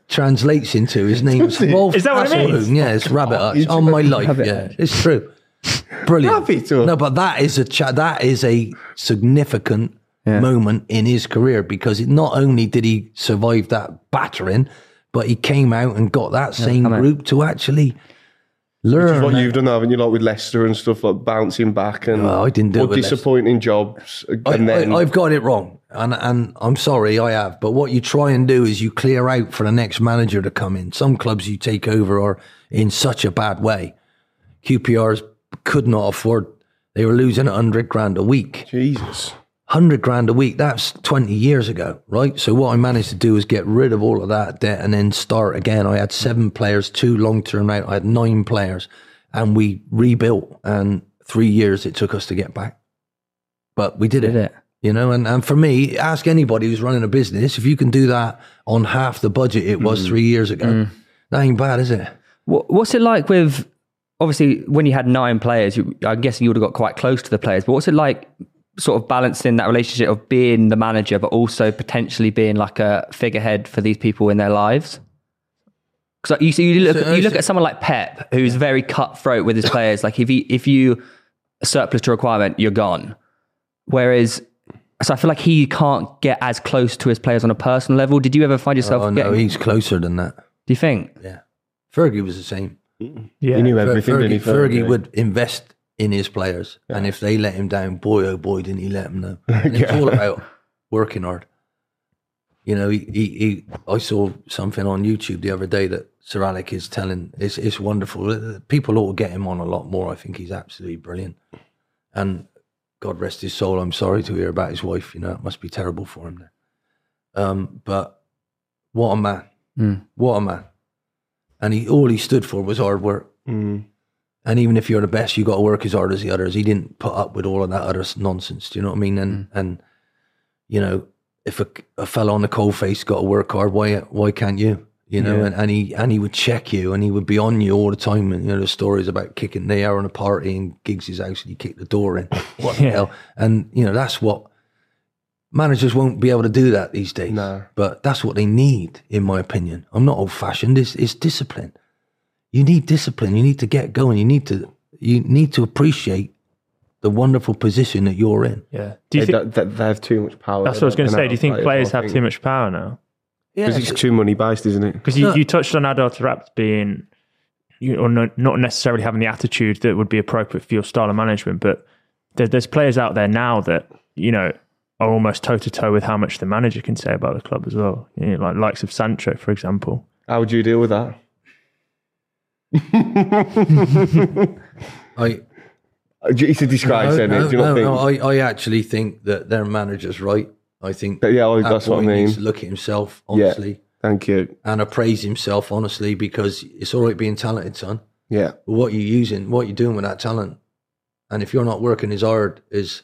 C: translates into. His name's Rolf
F: Is that what it
C: Hasselhoen.
F: means?
C: Yeah, it's Rabbit Hutch. On my life,
D: Rabbit
C: yeah,
D: Hutch.
C: it's true. Brilliant.
E: Rabbit Hutch.
C: no, but that is a cha- that is a significant moment in his career because it, not only did he survive that battering, but he came out and got that same
D: come out.
C: group to actually
E: Which is
C: learn.
E: what you've done, haven't you? Like with Leicester and stuff, like bouncing back and
C: No, I didn't do
E: or
C: it with Leicester.
E: disappointing jobs. uh,
C: I,
E: And then
C: I, have got it wrong, and and I'm sorry, I have. But what you try and do is you clear out for the next manager to come in. Some clubs you take over are in such a bad way. QPRs could not afford; they were losing a hundred grand a week.
E: Jesus,
C: Hundred grand a week. That's twenty years ago, right? So what I managed to do is get rid of all of that debt and then start again. I had seven players, two long term out. I had nine players, and we rebuilt. And three years it took us to get back, but we did it.
D: Did it?
C: You know, and, and for me, ask anybody who's running a business if you can do that on half the budget it
D: Mm.
C: was three years ago. That ain't bad, is it?
D: What, what's it like with obviously when you had nine players? You, I'm guessing you would have got quite close to the players. But what's it like, sort of balancing that relationship of being the manager, but also potentially being like a figurehead for these people in their lives? Because you see, you look,
C: So, uh,
D: you look
C: so-
D: at someone like Pep, who's very cutthroat with his players. Like if he, if you surplus to requirement, you're gone. Whereas, so I feel like he can't get as close to his players on a personal level. Did you ever find yourself?
C: Oh, no,
D: getting,
C: he's closer than that.
D: Do you think?
C: Yeah. Fergie was the same.
F: Yeah. He knew
E: everything,
C: Fergie,
E: didn't he,
C: Fergie
E: Fergie?
C: would invest in his players, and if they let him down, boy oh boy, didn't he let him know. And It's all about working hard. You know, he, he, he I saw something on YouTube the other day that Sir Alec is telling. It's it's wonderful. People ought to get him on a lot more. I think he's absolutely brilliant. And God rest his soul. I'm sorry to hear about his wife. You know, it must be terrible for him. Um, but what a man! What a man! And he all he stood for was hard work. And even if you're the best, you got to work as hard as the others. He didn't put up with all of that other s- nonsense. Do you know what I mean? And and you know, if a, a fella on the cold face got to work hard, why why can't you? You know, and, and he and he would check you, and he would be on you all the time. And you know, the stories about kicking the air on a party and gigs his house, and he kicked the door in. What the hell? And you know, that's what managers won't be able to do that these days.
E: No.
C: But that's what they need, in my opinion. I'm not old fashioned. It's, it's discipline. You need discipline. You need to get going. You need to you need to appreciate the wonderful position that you're in.
F: Yeah. Do
E: They,
F: you think,
E: don't- they, they have too much power.
F: that's what I was going to say. Do you think players have too much power now?
E: Because it's too money based, isn't it?
F: Because you, you touched on Adol Rapt being, you know, no, not necessarily having the attitude that would be appropriate for your style of management, but there, there's players out there now that, you know, are almost toe to toe with how much the manager can say about the club as well. You know, like likes of Sancho, for example.
E: How would you deal with that?
C: I
E: Uh, It's a disgrace,
C: no,
E: isn't it?
C: no,
E: Do you not
C: no,
E: think?
C: no, I, I actually think that their manager's right. I think
E: But yeah, I- that's what I
C: Atboy needs
E: mean.
C: to look at himself
E: Yeah.
C: honestly
E: Thank you.
C: and appraise himself honestly because it's all right being talented, son.
E: Yeah.
C: But what you're using, what you're doing with that talent, and if you're not working as hard as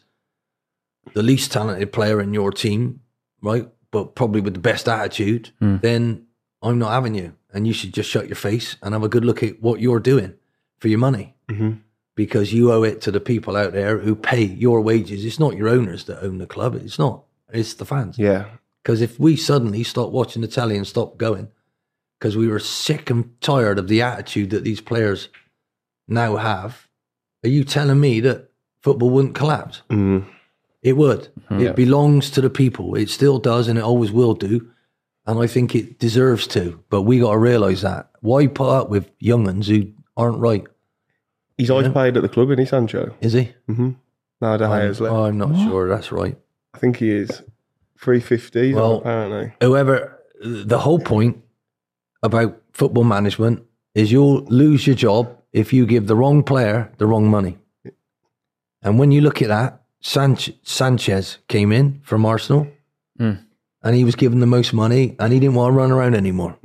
C: the least talented player in your team, right, but probably with the best attitude, then I'm not having you, and you should just shut your face and have a good look at what you're doing for your money, because you owe it to the people out there who pay your wages. It's not your owners that own the club. It's not. It's the fans.
E: Yeah.
C: Because if we suddenly stop watching the telly and stop going, because we were sick and tired of the attitude that these players now have, are you telling me that football wouldn't collapse? It would. It belongs to the people. It still does, and it always will do. And I think it deserves to. But we got to realise that. Why put up with young'uns who aren't right?
E: He's always paid at the club, isn't he, Sancho?
C: Is he?
E: No,
C: Um,
E: De Gea's left.
C: I'm not sure. That's right.
E: I think he is. 350,
C: Well-
E: apparently.
C: whoever the whole point about football management is you'll lose your job if you give the wrong player the wrong money. And when you look at that, Sanch- Sanchez came in from Arsenal
D: Hmm.
C: and he was given the most money and he didn't want to run around anymore.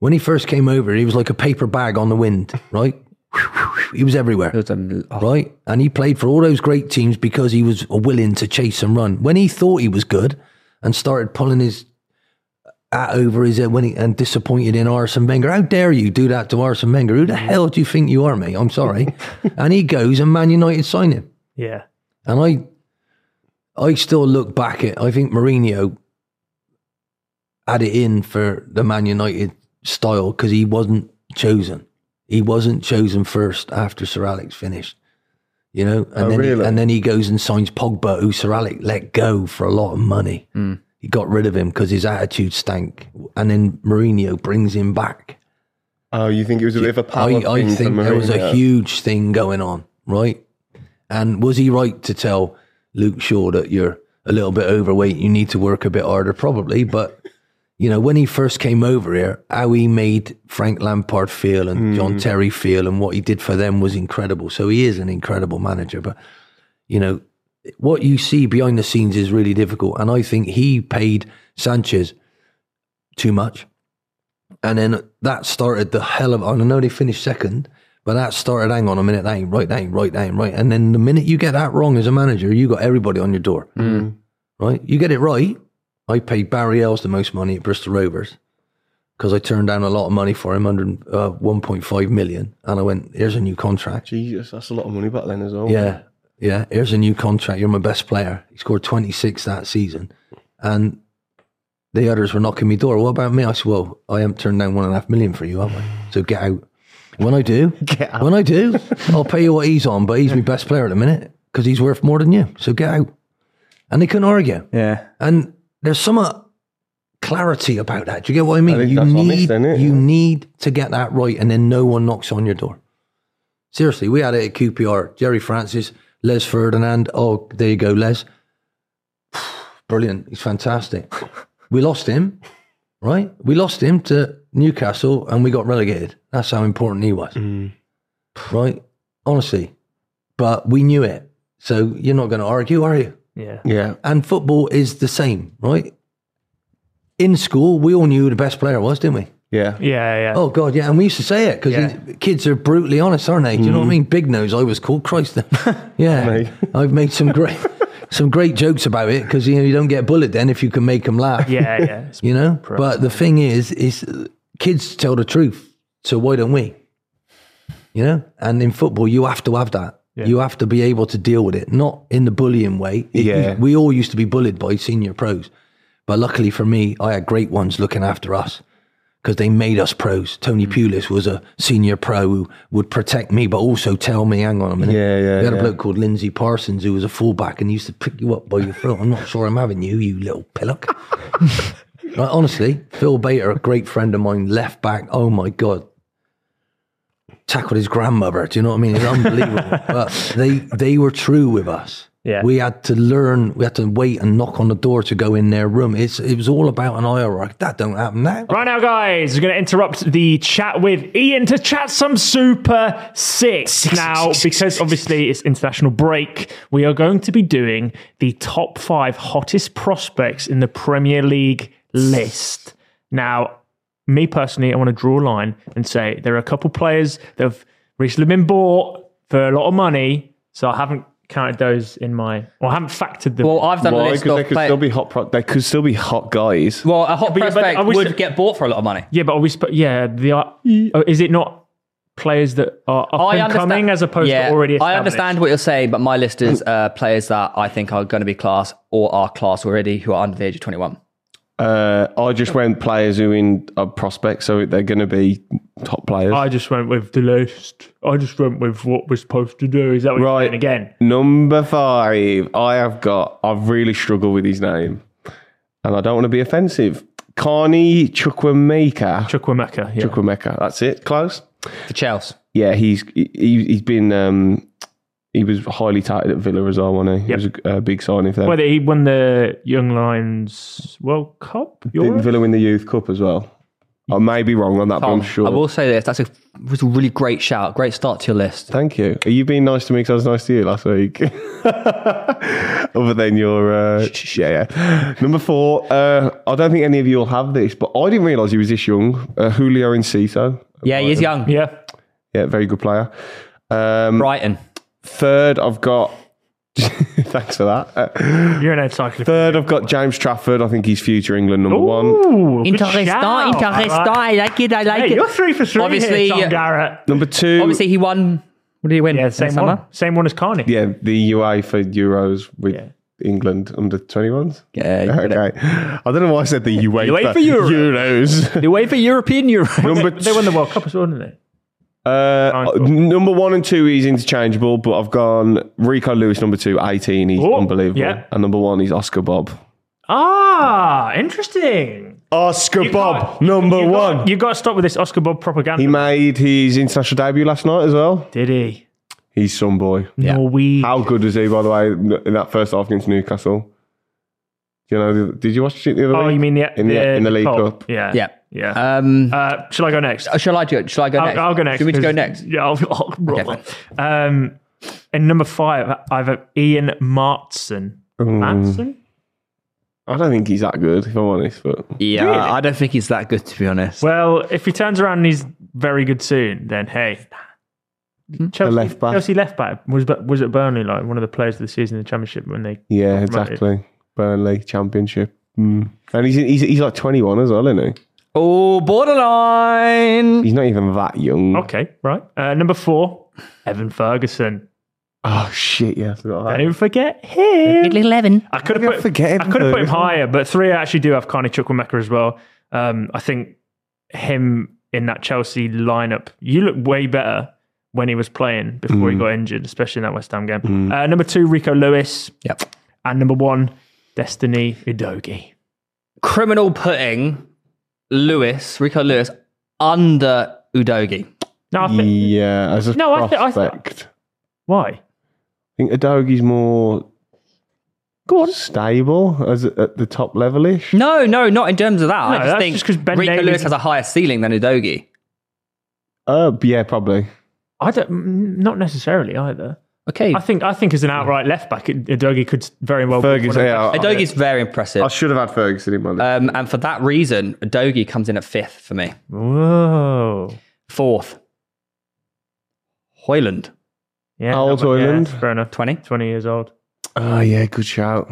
C: When he first came over, he was like a paper bag on the wind, right? he was everywhere
D: It was a- oh,
C: right? And he played for all those great teams because he was willing to chase and run. When he thought he was good and started pulling his hat over his head when he, and disappointed in Arsene Wenger, how dare you do that to Arsene Wenger? Who the hell do you think you are, mate? I'm sorry. and he goes and Man United sign him.
F: Yeah.
C: And I, I still look back at. I think Mourinho had it in for the Man United style because he wasn't chosen. He wasn't chosen first after Sir Alex finished. You know, and
E: Oh,
C: then he,
E: really?
C: and then he goes and signs Pogba, who Sir Alex let go for a lot of money.
E: Hmm.
C: He got rid of him because his attitude stank, and then Mourinho brings him back.
E: Oh, you think it was a bit of a power
C: I,
E: thing
C: I
E: for
C: think there was a
E: Mourinho?
C: huge thing going on, right? And was he right to tell Luke Shaw that you're a little bit overweight, you need to work a bit harder? Probably, but you know, when he first came over here, how he made Frank Lampard feel and John Terry feel and what he did for them was incredible. So he is an incredible manager, but you know, what you see behind the scenes is really difficult. And I think he paid Sanchez too much. And then that started the hell of. I know they finished second, but that started. Hang on a minute, that ain't right, that ain't right, that ain't right. And then the minute you get that wrong as a manager, you got everybody on your door, right? You get it right. I paid Barry Ells the most money at Bristol Rovers because I turned down a lot of money for him, under uh, one point five million, and I went, "Here's a new contract."
E: Jesus, that's a lot of money back then as well.
C: Yeah, yeah. Here's a new contract. You're my best player. He scored 26 that season, and the others were knocking me door. What about me? I said, well, I haven't turned down one and a half million for you, have I? So get out. When I do, when I do, I'll pay you what he's on, but he's my best player at the minute because he's worth more than you. So get out. And they couldn't argue.
D: Yeah.
C: And there's some uh, clarity about that. Do you get what I mean?
E: think
C: you
E: that's what I
C: need
E: missed, isn't it?
C: you need to get that right, and then no one knocks on your door. Seriously, we had it at QPR. Jerry Francis, Les Ferdinand. Oh, there you go, Les. Brilliant. He's fantastic. we lost him, right? We lost him to Newcastle and we got relegated. That's how important he was,
E: Mm.
C: right? Honestly. But we knew it. So you're not going to argue, are you?
F: Yeah.
E: Yeah.
C: And football is the same, right? In school, we all knew who the best player was, didn't we?
E: Yeah.
F: Yeah, yeah.
C: Oh God, yeah, and we used to say it because kids are brutally honest, aren't they? Do you know what I mean? Big nose, I was called Christ. yeah,
E: Mate.
C: I've made some great, some great jokes about it because you know you don't get bullied then if you can make them laugh.
F: Yeah, yeah.
C: you know. But the thing is, is uh, kids tell the truth, so why don't we? You know, and in football, you have to have that. You have to be able to deal with it, not in the bullying way. It-
E: Yeah.
C: we all used to be bullied by senior pros, but luckily for me, I had great ones looking after us because they made us pros.
E: Mm.
C: Tony Pulis was a senior pro who would protect me, but also tell me, hang on a minute.
E: Yeah, yeah,
C: We had a
E: yeah.
C: bloke called Lindsay Parsons who was a fullback and he used to pick you up by your throat. I'm not sure I'm having you, you little pillock. Like, honestly, Phil Bater, a great friend of mine, left back. Oh my God. Tackled his grandmother. Do you know what I mean? It's unbelievable. but they they were true with us.
F: Yeah.
C: We had to learn, we had to wait and knock on the door to go in their room. It's it was all about an hierarchy. That don't happen now.
F: Right now, guys, we're going to interrupt the chat with Ian to chat some Super Six. Now, because obviously it's international break, we are going to be doing the top five hottest prospects in the Premier League list. Now, me personally, I want to draw a line and say there are a couple players that have recently been bought for a lot of money, so I haven't counted those in my, or I haven't factored them.
D: Well, I've done a
E: Why?
D: list
E: Because they
D: of
E: could
D: play-
E: still be hot. Pro- they could still be hot guys.
D: Well, a hot
F: but- but
D: prospect
F: I wish
D: would
F: that-
D: get bought for a lot of money.
F: Yeah, but are we? Sp- yeah, the are, oh,
E: Mm.
F: is it not players that are up and coming as opposed
D: yeah,
F: to already?
D: I
F: Established?
D: understand what you're saying, but my list is uh, players that I think are going to be class or are class already who are under the age of 21.
E: Uh, I just went players who in are prospects, so they're going to be top players.
F: I just went with the list. I just went with what we're supposed to do. Is that what you're
E: Right.
F: saying again?
E: Number five, I have got. I've really struggled with his name, and I don't want to be offensive. Carney Chukwemeka.
F: Chukwemeka. Yeah.
E: Chukwemeka. That's it. Close.
D: The Chelsea.
E: Yeah, he's he, he's been. Um, he was highly touted at Villa as well, wasn't he?
F: Yep.
E: He was a, a big signing for them.
F: Whether he won the Young Lions World Cup,
E: Didn't
F: Euro?
E: Villa win the Youth Cup as well? I may be wrong on that, but I'm sure.
D: I will say this. That's a, was a really great shout. Great start to your list.
E: Thank you. Are you being nice to me because I was nice to you last week? Other than your, uh, yeah, yeah. Number four, uh, I don't think any of you will have this, but I didn't realise he was this young. Uh, Julio Enciso.
D: Yeah, he is young.
F: Yeah.
E: Yeah, very good player. Um,
D: Brighton.
E: Third, I've got, thanks for that. Uh,
F: You're an encyclopedia.
E: third, I've got James Trafford. I think he's future England number one.
F: Ooh, good
D: Interesting,
F: shout.
D: interesting.
F: I like-
D: I like it. I like
F: Hey,
D: it.
F: you're three for three
D: Obviously,
F: here, Tom
D: yeah.
F: Garrett.
E: Number two,
D: Obviously, he won. What did he win?
F: Yeah,
D: in
F: same
D: summer?
F: one. Same one as Carney.
E: yeah, the UA for Euros with
F: Yeah.
E: England under 21s.
D: Yeah, you got it.
E: Okay. I don't know why I said the UEFA,
F: UEFA Euro.
E: Euros.
D: They wait for European Euro.
E: number
F: They won the World Cup as well, didn't they?
E: Uh,
F: Nine.
E: number one and two is interchangeable, but I've gone Rico Lewis number two, 18. He's
F: Oh,
E: unbelievable.
F: yeah.
E: And number one is Oscar Bob.
F: Ah, interesting.
E: Oscar
F: You
E: Bob,
F: can't- you-
E: number
F: you
E: one.
F: Got, you got to stop with this Oscar Bob propaganda.
E: he made his international debut last night as well.
F: Did he?
E: He's some boy.
F: Norwegian.
E: How good was he, by the way, in that first half against Newcastle? Do you know? Did you watch it the other
F: Oh,
E: week?
F: you mean the
E: in the, in the League Cup?
F: Yeah.
D: Yeah.
F: Yeah.
D: Um,
F: uh, shall I go next?
D: shall I do it? Shall I go
F: I'll,
D: next?
F: I'll go next.
D: Do you want me to go
F: 'cause-
D: next?
F: Yeah. I'll, I'll,
D: fine.
F: um, and number five, I've uh, Ian Martson. Martson?
E: I don't think he's that good, if I'm honest. But
D: Yeah, I don't think he's that good to be honest.
F: Well, if he turns around and he's very good soon, then hey.
D: Hmm?
F: Chelsea
E: left back.
F: Chelsea left back was was at Burnley like one of the players of the season in the championship when they
E: yeah,
F: Right.
E: exactly. Burnley Championship. Mm. And he's, he's he's like 21 as well, isn't he?
D: oh, borderline.
E: He's not even that young.
F: okay right uh, number four Evan Ferguson
E: Oh shit! Yeah, I forgot that.
F: don't forget him
D: eleven.
F: I could
E: Maybe
F: have
E: I
F: put,
E: forget him
F: I could have put him
E: though.
F: higher, but three I actually do have Carney Chukwemeka as well. Um, I think him in that Chelsea lineup. You look way better when he was playing before he
H: Mm.
F: got injured, especially in that West Ham game.
H: Mm.
F: Uh, number two, Rico Lewis.
D: Yep.
F: And number one, Destiny Udogi.
D: Criminal putting Lewis, Rico Lewis, under Udogi.
F: No, I think
E: Yeah, as a
F: No, I thi- I thi-
E: prospect. I,
F: why?
E: think Adogi's more stable as at the top level ish.
D: No, no, not in terms of that.
E: No,
D: I just
E: that's
D: think
E: just 'cause Ben
D: Rico
E: Davies-
D: Lewis has a higher ceiling than Udogi.
E: Uh, yeah, probably.
F: I don't, mm, not necessarily either.
D: Okay.
F: I think I think as an outright left back, Udogi could very
E: Oh,
F: well. be one of the best-
D: Udogi's very impressive. I
E: should have had Ferguson in my list.
D: Um, and for that reason, Udogi comes in at fifth for me.
F: Whoa.
D: Fourth, Hoyland.
F: Yeah,
E: How old's
F: yeah,
E: Hoyland?
F: fair enough.
D: 20?
F: 20 years old.
E: Oh, yeah, good shout.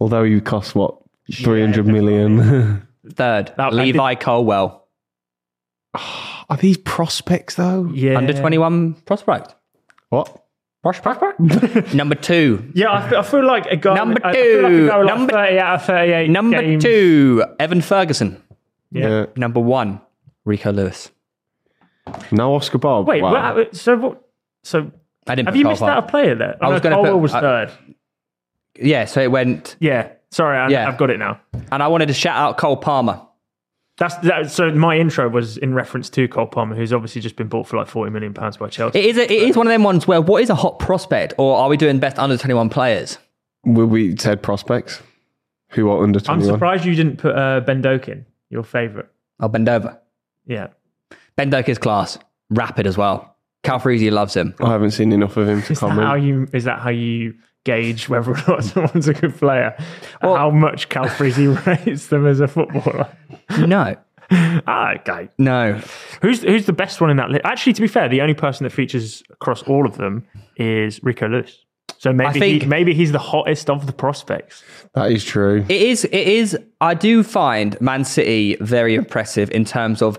E: Although you cost what? 300 million.
D: Third, Levi Colwell.
E: Are these prospects, though?
F: Yeah.
D: Under 21 prospect.
E: What?
D: Prospect? Number two.
F: Yeah, I feel, I feel like a guy.
D: Number
F: I feel like a
D: two.
F: guy with like
D: Number-
F: 30 out of 38.
D: Number
F: games.
D: two, Evan Ferguson.
F: Yeah.
E: Uh,
D: Number one, Rico Lewis.
E: No Oscar Bob.
F: Wait, what, so what? So
D: I didn't
F: have
D: put
F: you missed
D: Colwell.
F: out a player there?
D: I was
F: no,
D: gonna
F: Colwell
D: put-
F: was
D: I-
F: third.
D: Yeah, so it went.
F: Yeah, sorry, I,
D: Yeah.
F: I've got it now.
D: And I wanted to shout out Cole Palmer.
F: That's that, so. My intro was in reference to Cole Palmer, who's obviously just been bought for like forty million pounds by Chelsea.
D: It is, a, it is one of them ones where what is a hot prospect, or are we doing best under 21 players?
E: Will we said prospects who are under
F: I'm
E: 21?
F: surprised you didn't put uh, Ben Dokin, your favourite.
D: I'll bend over.
F: Yeah,
D: Oh, Ben Doak is class, rapid as well. Calfreezy loves him.
E: I haven't seen enough of him to
F: is that how
E: comment.
F: you is that how you gauge whether or not someone's a good player? how much Calfrezi rates them as a footballer?
D: No,
F: ah, okay.
D: no.
F: Who's who's the best one in that list? Actually, to be fair, the only person that features across all of them is Rico Lewis. So maybe
D: think-
F: he, maybe he's the hottest of the prospects.
E: That is true.
D: It is. It is. I do find Man City very impressive in terms of,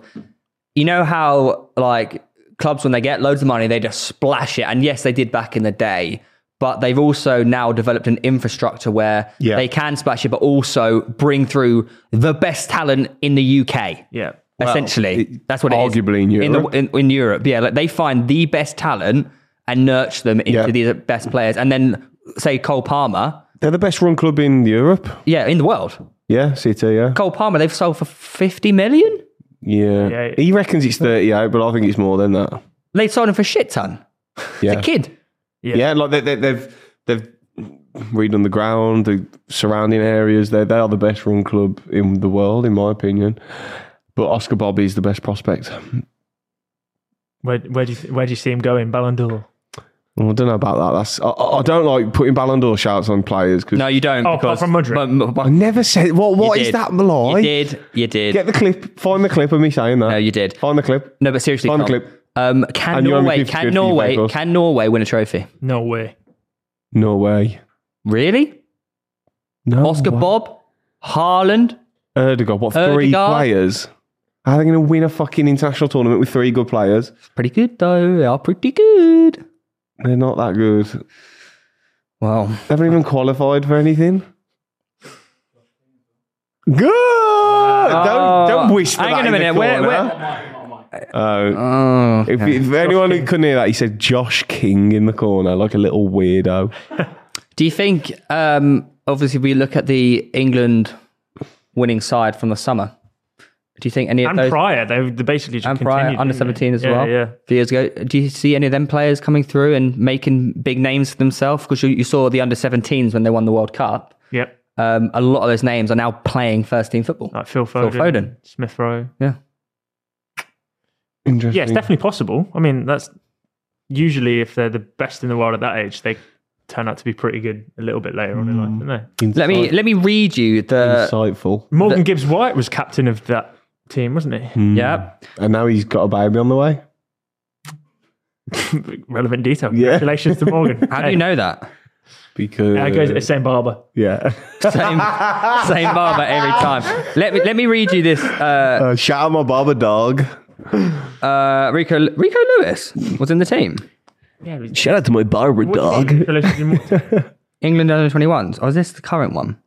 D: you know how like clubs when they get loads of money they just splash it, and yes, they did back in the day, but they've also now developed an infrastructure where
H: Yeah.
D: they can splash it, but also bring through the best talent in the UK.
F: Yeah.
D: essentially,
E: it-
D: that's what it is.
E: arguably in Europe.
D: In, the, in, in Europe, yeah, like they find the best talent and nurture them into
E: Yeah.
D: the best players, and then say Cole Palmer,
E: They're the best run club in Europe.
D: yeah, in the world.
E: Yeah, City, yeah.
D: Cole Palmer, they've sold for 50 million?
E: Yeah.
F: Yeah.
E: He reckons it's 38, but I think it's more than that.
D: They sold him for a shit ton.
E: Yeah.
D: The kid.
E: Yeah, like they, they, they've they've redone the ground, the surrounding areas. They they are the best run club in the world, in my opinion. But Oscar Bobby is the best prospect.
F: Where where do you, where do you see him going? Ballon d'Or.
E: Well, I don't know about that. That's I, I I don't like putting Ballon d'Or shouts on players because
D: No, you don't.
F: Oh, apart
D: because,
F: from Mudrick.
D: but- but- but-
E: I never said. What what
D: You
E: is
D: did.
E: that lie?
D: You did. You did.
E: Oh, Get the clip. Find the clip of me saying that.
D: no, you did.
E: Find the clip.
D: No, but seriously.
E: Find the
D: Tom,
E: clip.
D: Um, can
E: And you owe me
D: Norway
E: 50
D: can
E: quid for your
D: Norway
E: papers.
D: can Norway win a trophy?
F: No way.
E: No way.
D: Really?
E: No.
D: Oscar
E: way.
D: Bob, Haaland,
E: Erdogan. What three
D: Erdegaard.
E: players? How are they going to win a fucking international tournament with three good players?
D: pretty good though. They are pretty good.
E: They're not that good. They
D: Well,
E: haven't even qualified for anything. Good. don't don't wish for
D: Ah. hang on a
E: that in
D: minute.
E: The
D: Where-
E: corner. Oh.
D: oh,
E: If, if anyone who couldn't hear that, he said Josh King in the corner, like a little weirdo.
D: Do you think? Um, obviously, we look at the England winning side from the summer. Do you think any of
F: And
D: those?
F: prior, they they basically just
D: and prior
F: continued,
D: under
F: didn't they?
D: 17 as
F: Yeah,
D: well
F: Yeah,
D: few years ago do you see any of them players coming through and making big names for themselves because you, you saw the under 17s when they won the world cup
F: yep.
D: um, a lot of those names are now playing first team football
F: Like Phil
D: Phil
F: Foden,
D: Foden.
F: Smith Rowe.
D: yeah
E: Interesting.
F: Yeah,
D: Mm.
F: it's definitely possible. I mean, that's usually if they're the best in the world at that age, they turn out to be pretty good a little bit later on in
D: Mm.
F: life, don't they?
D: let me uh, let me read you the
E: Insightful.
F: Morgan Gibbs White was captain of that team, wasn't he?
D: yeah
E: And now he's got a baby on the way.
F: Relevant detail.
E: Yeah.
F: Congratulations to Morgan.
D: how do you know that
E: Because.
F: There goes it's Sam Barber.
E: yeah.
D: same same barber every time let me let me read you this uh,
E: Uh, shout out my barber dog.
D: uh, Rico Rico Lewis was in the team
F: Yeah, he's-
E: Shout out to my barber
F: Congratulations to Morgan.
D: Oh, England under 21s or is this the current one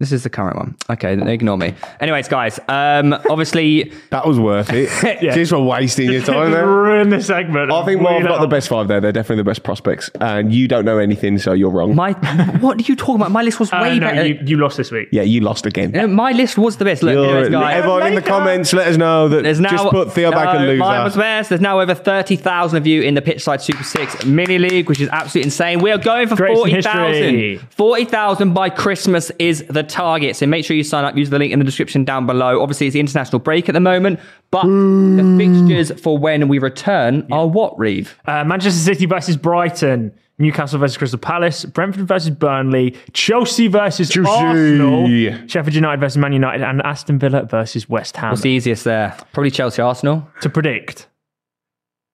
D: This is the current one. Okay, then ignore me. Anyways, guys, um, obviously
E: that was worth it.
D: Yeah.
E: Just for wasting your time there.
F: Ruin the segment.
E: I think Marv
F: Weed
E: got the
F: out.
E: best five there. They're definitely the best prospects, and you don't know anything, so you're wrong.
D: my what are you talking about? My list was
F: Uh,
D: way
F: no,
D: better.
F: you, you lost this week.
E: yeah, you lost again.
D: No, my list was the best. Look,
E: You're-
D: anyways, guys,
E: everyone in the comments, let us know that.
D: There's now
E: just put Theo
D: no,
E: back and loser.
D: Mine was best. There's now over thirty thousand of you in the Pitchside Super Six Mini League, which is absolutely insane. We are going for
F: Greatest
D: forty
F: in
D: thousand.
F: history.
D: Forty thousand by Christmas is the target. So make sure you sign up. Use the link in the description down below. Obviously, it's the international break at the moment, but the fixtures for when we return are what, Reeve?
F: Uh, Manchester City versus Brighton. Newcastle versus Crystal Palace, Brentford versus Burnley, Chelsea versus Arsenal, Sheffield United versus Man United, and Aston Villa versus West Ham.
D: What's the easiest there? Probably Chelsea Arsenal.
F: To predict,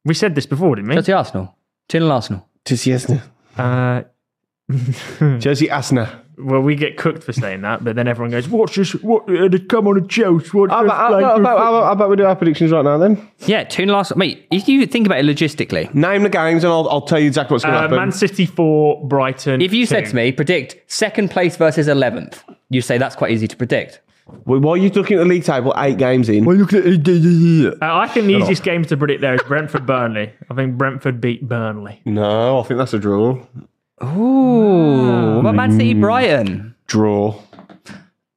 F: we said this before, didn't we?
D: Chelsea Arsenal. Two 0 Arsenal.
E: Chelsea Asna.
F: Uh,
E: Chelsea Asna.
F: well, we get cooked for saying that, but then everyone goes, "Watch this! What, uh, they come on, a Chelsea!" Watch
E: How
F: this
E: about, how,
F: play
E: about,
F: good
E: how, about, how about we do our predictions right now then?
D: Yeah, two 0 Arsenal. Mate, if you think about it logistically,
E: Name the games, and I'll, I'll tell you exactly what's going to
F: Uh,
E: happen.
F: Man City for Brighton.
D: If you said
F: two.
D: to me, predict second place versus 11th, you say that's quite easy to predict.
E: Wait, Why are you looking at the league table? Eight games in.
F: Uh, I think the easiest game to predict there is Brentford Burnley. I think Brentford beat Burnley.
E: No, I think that's a draw.
D: Ooh, what about Man City
F: Hmm.
D: Brighton?
E: Draw.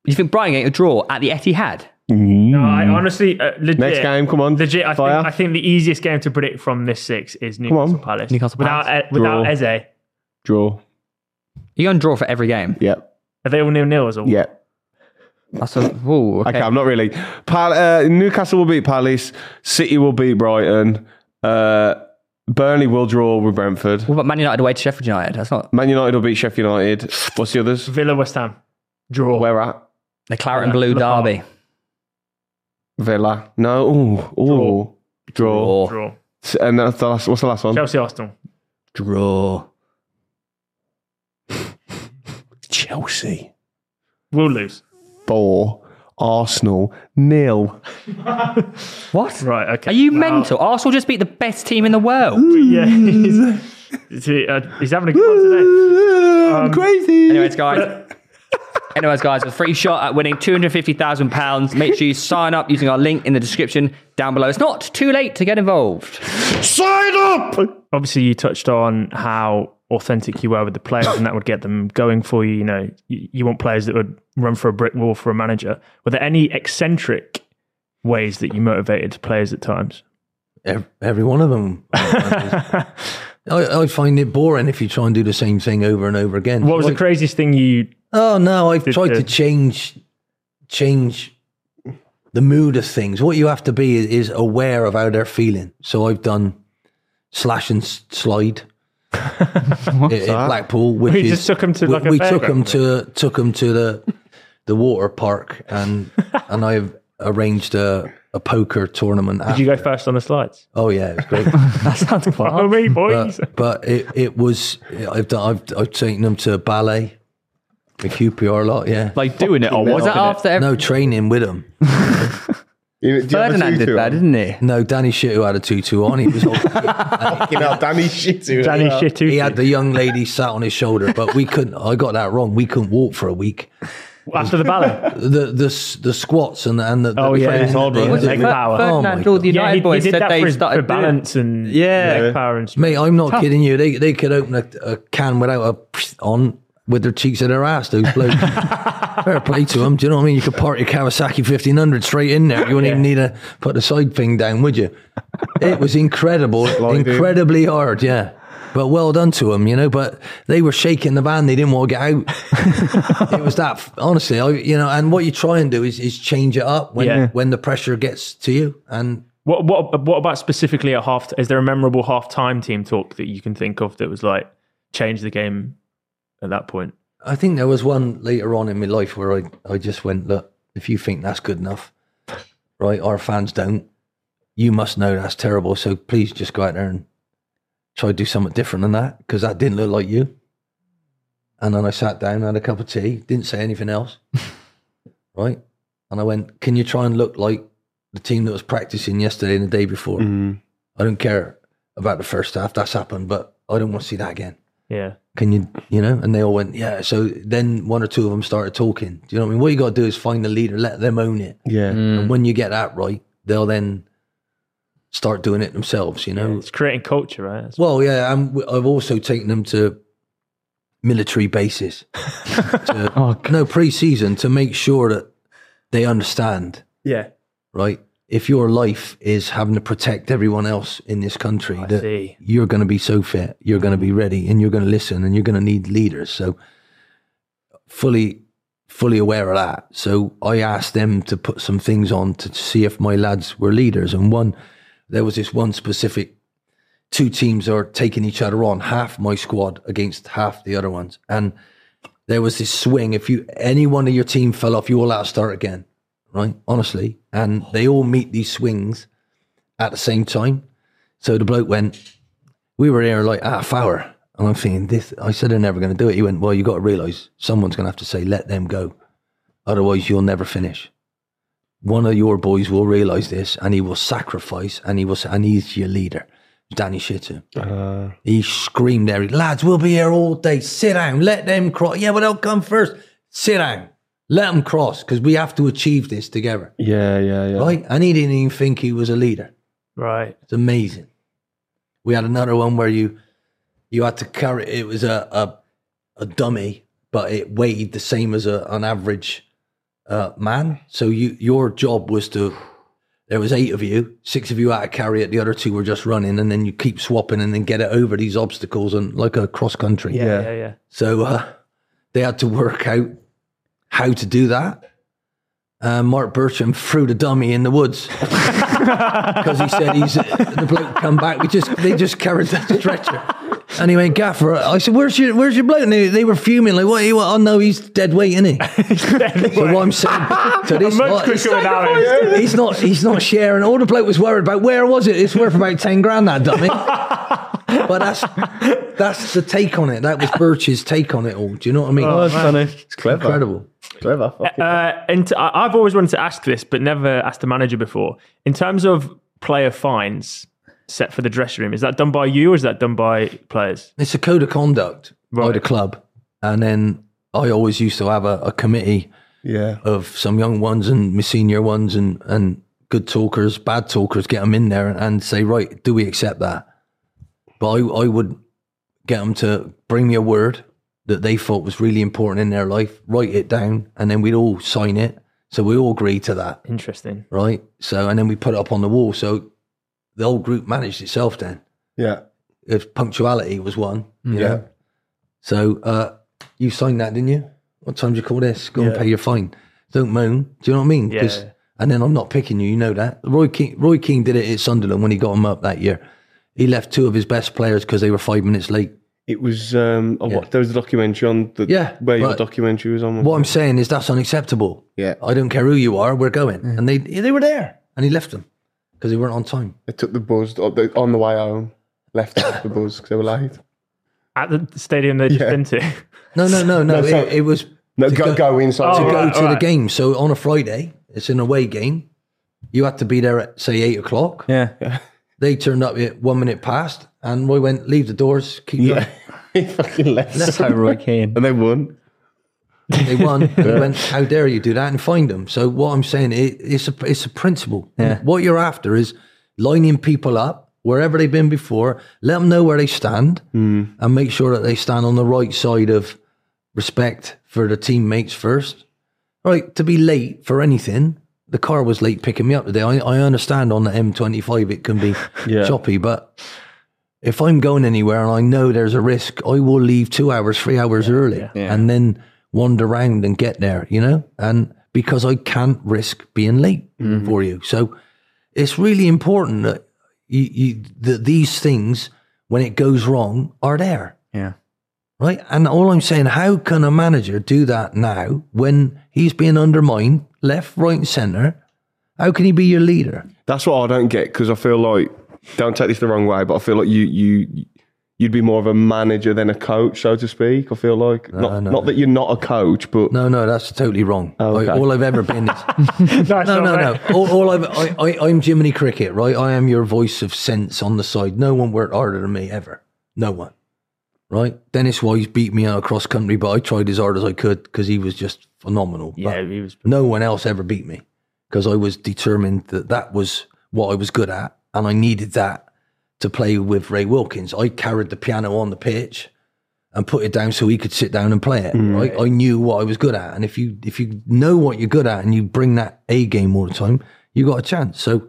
D: You think Brighton getting a draw at the Etihad?
F: No, I honestly, uh, legit.
E: Mm. Next game, come on.
F: Legit, I think,
E: Fire.
F: I think the easiest game to predict from this six is Newcastle
E: on.
F: Palace.
D: Newcastle
F: without
D: Palace.
F: E- without
E: Draw.
F: Eze, are
E: Draw.
D: You're going to draw for every game.
E: Yep.
F: they all nil nils or
E: Yep.
D: That's a, ooh, okay.
E: Okay, I'm not really. Pal- uh, Newcastle will beat Palace. City will beat Brighton. Uh, Burnley will draw with Brentford.
D: What about Man United away to Sheffield United? That's not.
E: Man United will beat Sheffield United. What's the others?
F: Villa West Ham draw?
E: Where at?
D: The Claret and Blue
F: Laporte.
D: Derby.
E: Villa. No. Ooh. Ooh.
D: Draw.
E: Draw.
F: Draw.
E: S- And that's the last, what's the last one?
F: Chelsea Arsenal.
D: Draw.
E: Chelsea.
F: We'll lose.
E: Four. Arsenal. Nil.
D: What?
F: Right. Okay.
D: Are you
F: Wow.
D: mental? Arsenal just beat the best team in the world.
F: Yeah. He's, he, uh, he's having a good one today.
E: I'm crazy.
D: Anyways, guys. Anyways, guys, a free shot at winning £250,000. Make sure you sign up using our link in the description down below. It's not too late to get involved.
E: Sign up!
F: Obviously, you touched on how authentic you were with the players, and that would get them going for you. You know, you, you want players that would run for a brick wall for a manager. Were there any eccentric ways that you motivated players at times?
C: Every, every one of them. I, I find it boring if you try and do the same thing over and over again.
F: What was the
C: Like,
F: craziest thing you?
C: Oh no, I've
F: Did
C: tried
F: the-
C: to change change the mood of things. What you have to be is, is aware of how they're feeling. So I've done slash and s- slide at, at Blackpool, which
F: We
C: is,
F: just took 'em to,
C: we,
F: like, a
C: we took
F: fairground,
C: them to took 'em to the the water park, and and I've arranged a, a poker tournament.
F: Did you go first on the slides?
C: Oh yeah, it was great.
D: That sounds fun.
F: Oh me, boys!
C: but, but it, it was I've done I've I've taken them to ballet, the QPR lot. Yeah,
H: Like doing it or
D: Was
H: watching
D: that
H: it?
D: after every
C: no training with them.
D: Ferdinand did that, didn't he?
C: No, Danny Shittu had a tutu on. He was all,
E: Fucking hell, Danny shit to
F: Danny shit too.
C: he had the young lady sat on his shoulder, but we couldn't. I got that wrong. We couldn't walk for a week.
F: after the ballet.
C: The the s- the squats and the, and the
F: Oh,
C: the
F: yeah,
C: training
F: it's all
C: that they
F: right.
C: do.
F: Leg power.
C: Oh, my
D: Ferdinand, all the
C: God.
D: United
F: yeah, he, he
D: boys
F: did
D: said
F: that
D: they
F: for, his, for
D: started doing it.
F: balance and
D: Yeah.
F: leg power and
C: Mate, I'm not kidding you. They they could open a, a can without a on with their cheeks in their ass. Those blokes. Fair play to them. Do you know what I mean? You could park your Kawasaki 1500 straight in there. You wouldn't even need to put the side thing down, would you? It was incredible, incredibly hard. Yeah. But well done to them, you know. But they were shaking the van; they didn't want to get out. it was that, f- honestly, I, you know. And what you try and do is, is change it up when
F: Yeah.
C: when the pressure gets to you. And
F: What what what about specifically at half? Is there a memorable half time team talk that you can think of that was like change the game at that point?
C: I think there was one later on in my life where I, I just went, look, if you think that's good enough, right, our fans don't, you must know that's terrible. So please just go out there and try to do something different than that because that didn't look like you. And then I sat down, had a cup of tea, didn't say anything else, right? And I went, can you try and look like the team that was practicing yesterday and the day before? I don't care about the first half, that's happened, but I don't want to see that again.
F: Yeah.
C: Can you, you know? And they all went, yeah. So then one or two of them started talking. Do you know what I mean? What you got to do is find the leader, let them own it.
E: Yeah.
C: And when you get that right, they'll then start doing it themselves, you know?
F: It's creating culture, right? That's-
C: Well, yeah, I'm, w- I've also taken them to military bases. to, no, pre-season to make sure that they understand,
F: yeah.
C: right? If your life is having to protect everyone else in this country, that
F: see.
C: you're going to be so fit, you're going to be ready, and you're going to listen, and you're going to need leaders. So, fully, fully aware of that. So, I asked them to put some things on to see if my lads were leaders. And one, there was this one specific two teams are taking each other on, half my squad against half the other ones. And there was this swing. If you any one of your team fell off, you all out start again. Right? Honestly. And they all meet these swings at the same time. So the bloke went, We were here like half hour. And I'm thinking, this I said they're never gonna do it. He went, Well, you gotta realise someone's gonna have to say, let them go. Otherwise you'll never finish one of your boys will realize this and he will sacrifice and he will s- and he's your leader danny shitter he screamed there lads we'll be here all day sit down let them cross yeah but they'll come first sit down let them cross because we have to achieve this together
E: Yeah, yeah, yeah.
C: right and he didn't even think he was a leader
F: Right.
C: it's amazing we had another one where you you had to carry it was a a, a dummy but it weighed the same as a, an average uh, man so you your job was to there was eight of you six of you had to carry it the other two were just running and then you keep swapping and then get it over these obstacles and like a cross country
E: Yeah.
F: Yeah, yeah.
C: so uh, they had to work out how to do that. Uh, Mark Bertram threw the dummy in the woods because he said he's the bloke come back. We just they just carried that stretcher. And he went, Gaffer, I said, Where's your where's your bloke? And they, they were fuming, like, what are you oh no, he's dead weight, isn't he? so what I'm saying so this
F: Much
C: lot-
F: quicker without him.
C: he's not he's not sharing. All the bloke was worried about where was it? It's worth about ten grand that dummy. but that's that's the take on it. That was Birch's take on it all. Do you know what I mean?
G: Oh, it's funny. It's clever.
C: Incredible.
G: Clever. Fucking-
F: Uh, and t- I- I've always wanted to ask this, but never asked a manager before. In terms of player fines set for the dressing room, is that done by you or is that done by players?
C: It's a code of conduct by the club. And then I always used to have a, a committee
E: Yeah.
C: of some young ones and my senior ones and, and good talkers, bad talkers, get them in there and, and say, right, do we accept that? But I, I would get them to bring me a word that they thought was really important in their life, write it down, and then we'd all sign it. So we all agree to that,
F: Interesting.
C: right? So, and then we put it up on the wall. So the whole group managed itself then
E: Yeah.
C: if punctuality was one. You yeah. Know? So uh, you signed that, didn't you? What time do you call this? Go and pay your fine. Don't moan. Do you know what I mean? 'Cause-
F: Yeah.
C: And then I'm not picking you. You know that. Roy King. Roy King did it at Sunderland when he got him up that year. He left two of his best players because they were five minutes late.
E: It was um oh, what there was a documentary on the
C: Yeah,
E: where your
C: but-
E: documentary was on.
C: What I'm saying is that's unacceptable.
E: Yeah. Mm.
C: I don't care who you are. We're going. And they they were there. And he left them because they weren't on time.
E: They took the buzz on the, on the way home, left out the buzz because they were late.
F: At the stadium they've just
E: Yeah.
F: been to.
C: No, no, no, no.
E: No, so-
C: it, it was
E: No,
C: To
E: go,
C: go-
E: go inside.
F: Oh,
C: to go
F: right,
C: to the
F: right.
C: game. So on a Friday, it's an away game. You had to be there at say eight o'clock.
D: Yeah.
C: They turned up at one minute past, and we went leave the doors. Keep
E: Yeah. he fucking left.
D: So Roy Keane.
E: And they won.
C: going. They won. and we went. How dare you do that and find them? So what I'm saying, it, it's a it's a principle.
D: Yeah.
C: What you're after is lining people up wherever they've been before. Let them know where they stand, and make sure that they stand on the right side of respect for the teammates first. Right, to be late for anything. The car was late picking me up today. I, I understand on the M25 it can be choppy, but if I'm going anywhere and I know there's a risk, I will leave two hours, three hours early and then wander around and get there, you know? And because I can't risk being late for you. So it's really important that, you, you, that these things, when it goes wrong, are there
D: Yeah.
C: right? And all I'm saying, how can a manager do that now when he's being undermined left, right, and centre? How can he be your leader?
E: That's what I don't get because I feel like don't take this the wrong way, but I feel like you you you'd be more of a manager than a coach, so to speak. I feel like not
C: no.
E: not that you're not a coach, but
C: No, no, that's totally wrong.
E: okay.
C: I, all I've ever been is
F: No, it's
C: no,
F: not
C: no,
F: right.
C: no. All, all I've, I, I, I'm Jiminy Cricket, right? I am your voice of sense on the side. No one worked harder than me ever. No one, right? Dennis Wise beat me out of cross country, but I tried as hard as I could because he was just phenomenal. Yeah,
F: he was.
C: No one else ever beat me because I was determined that that was what I was good at, and I needed that to play with Ray Wilkins. I carried the piano on the pitch and put it down so he could sit down and play it.
H: Mm.
C: Right? I knew what I was good at, and if you if you know what you're good at and you bring that A game all the time, you got a chance. So.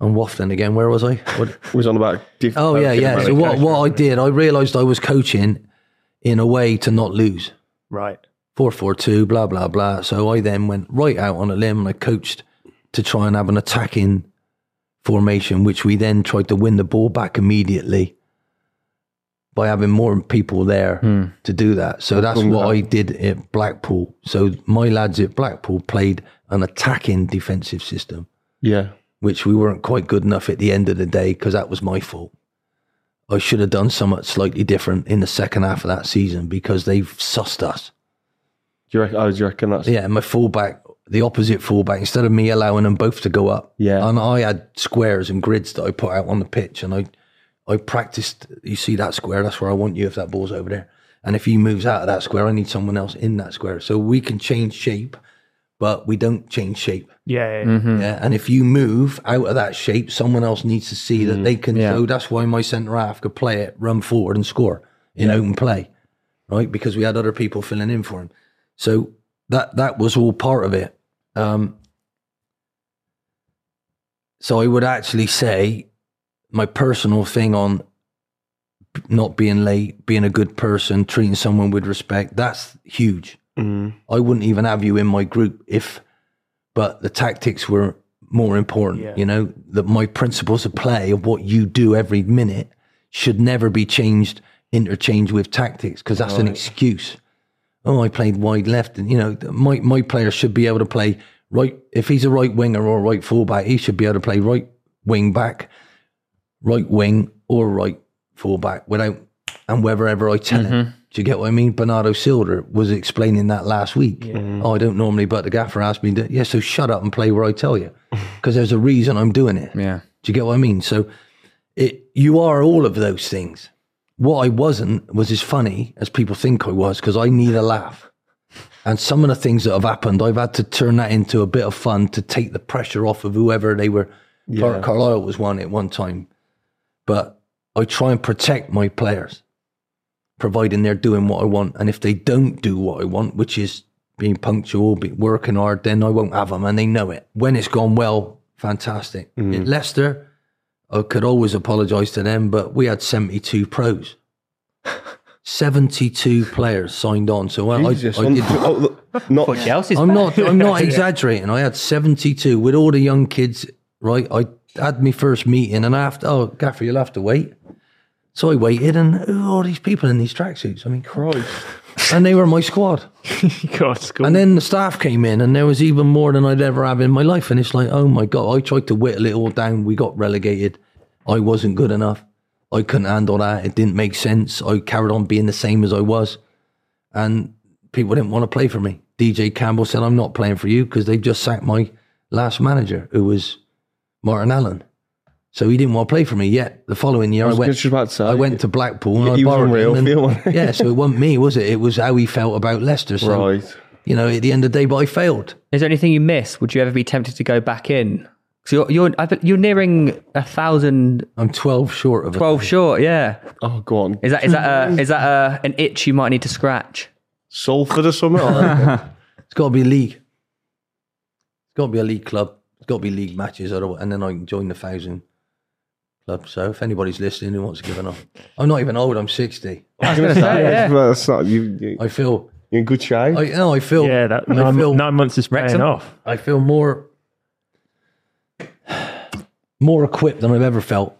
C: I'm wafting again. Where was I? What?
E: was on about. Diff-
C: oh yeah,
E: about
C: yeah. So
E: different
C: what? What I did, I realised I was coaching in a way to not lose.
F: Right.
C: Four four two. Blah blah blah. So I then went right out on a limb and I coached to try and have an attacking formation, which we then tried to win the ball back immediately by having more people there to do that. So that's what I did at Blackpool. So my lads at Blackpool played an attacking defensive system
E: Yeah.
C: which we weren't quite good enough at the end of the day because that was my fault. I should have done something slightly different in the second half of that season because they've sussed us.
E: Do you reckon, oh, do you reckon that's.
C: Yeah, my fullback, the opposite fullback, instead of me allowing them both to go up. Yeah. And I had squares and grids that I put out on the pitch and I I practiced you see that square, that's where I want you if that ball's over there. And if he moves out of that square, I need someone else in that square. So we can change shape, but we don't change shape.
F: Yeah. yeah.
C: Yeah, and if you move out of that shape, someone else needs to see that they can. So that's why my centre half could play it, run forward, and score in open play, right? Because we had other people filling in for him. So that that was all part of it. Um, so I would actually say my personal thing on b- not being late, being a good person, treating someone with respect. That's huge. I wouldn't even have you in my group if, but the tactics were more important. You know that my principles of play of what you do every minute should never be changed, interchanged with tactics because that's an
H: Right.
C: excuse. Oh, I played wide left, and you know my my player should be able to play right if he's a right winger or right fullback. He should be able to play right wing back, right wing or right fullback without and wherever I tell him. Do you get what I mean? Bernardo Silva was explaining that last week. Oh, I don't normally, but the gaffer asked me, to, yeah, so shut up and play where I tell you because there's a reason I'm doing it.
D: Yeah.
C: Do you get what I mean? So it you are all of those things. What I wasn't was as funny as people think I was because I need a laugh. And some of the things that have happened, I've had to turn that into a bit of fun to take the pressure off of whoever they were. Car- Carlisle was one at one time, but I try and protect my players, providing they're doing what I want. And if they don't do what I want, which is being punctual, be working hard, then I won't have them, and they know it. When it's gone well, fantastic. At Leicester, I could always apologise to them, but we had seventy-two pros. 72 players signed on. So well,
E: Jesus,
C: I, I
E: un-
C: did,
E: oh, look, not
C: I'm not. I'm not
E: Yeah.
C: exaggerating. I had 72 with all the young kids. Right, I had my first meeting, and after, oh, Gaffer, you'll have to wait. So I waited, and who are all these people in these tracksuits? I mean, Christ! And they were my squad.
F: God,
C: And then the staff came in, and there was even more than I'd ever have in my life. And it's like, oh my god! I tried to whittle it all down. We got relegated. I wasn't good enough. I couldn't handle that. It didn't make sense. I carried on being the same as I was and people didn't want to play for me. DJ Campbell said, I'm not playing for you because they've just sacked my last manager, who was Martin Allen. So he didn't want to play for me yet. The following year, I,
E: was
C: went,
E: just about to say,
C: I went to Blackpool and
E: He-
C: I
E: he was
C: borrowed
E: unreal,
C: him. and-
E: Phil, wasn't he?
C: yeah, so it wasn't me, was it? It was how he felt about Leicester. So,
E: Right.
C: you know, at the end of the day, but I failed.
D: Is there anything you miss? Would you ever be tempted to go back in? Because you're you're I bet you're nearing a thousand.
C: I'm twelve short of
D: twelve short. Yeah.
E: Oh, go on.
D: Is that is that a, is that a, an itch you might need to scratch?
E: Salford or something? Oh,
C: It's got to be a league. It's got to be a league club. It's got to be league matches, otherwise- and then I can join the thousand club. So if anybody's listening who wants to give an up, I'm not even old. I'm sixty.
E: I was
F: gonna say, yeah.
E: well, that's not, you, you,
C: I feel
E: you're in good shape.
C: I no, I feel
F: Yeah, that
C: I
F: nine,
C: feel-
F: nine months is paying
D: Wrexham?
F: off.
C: I feel more more equipped than I've ever felt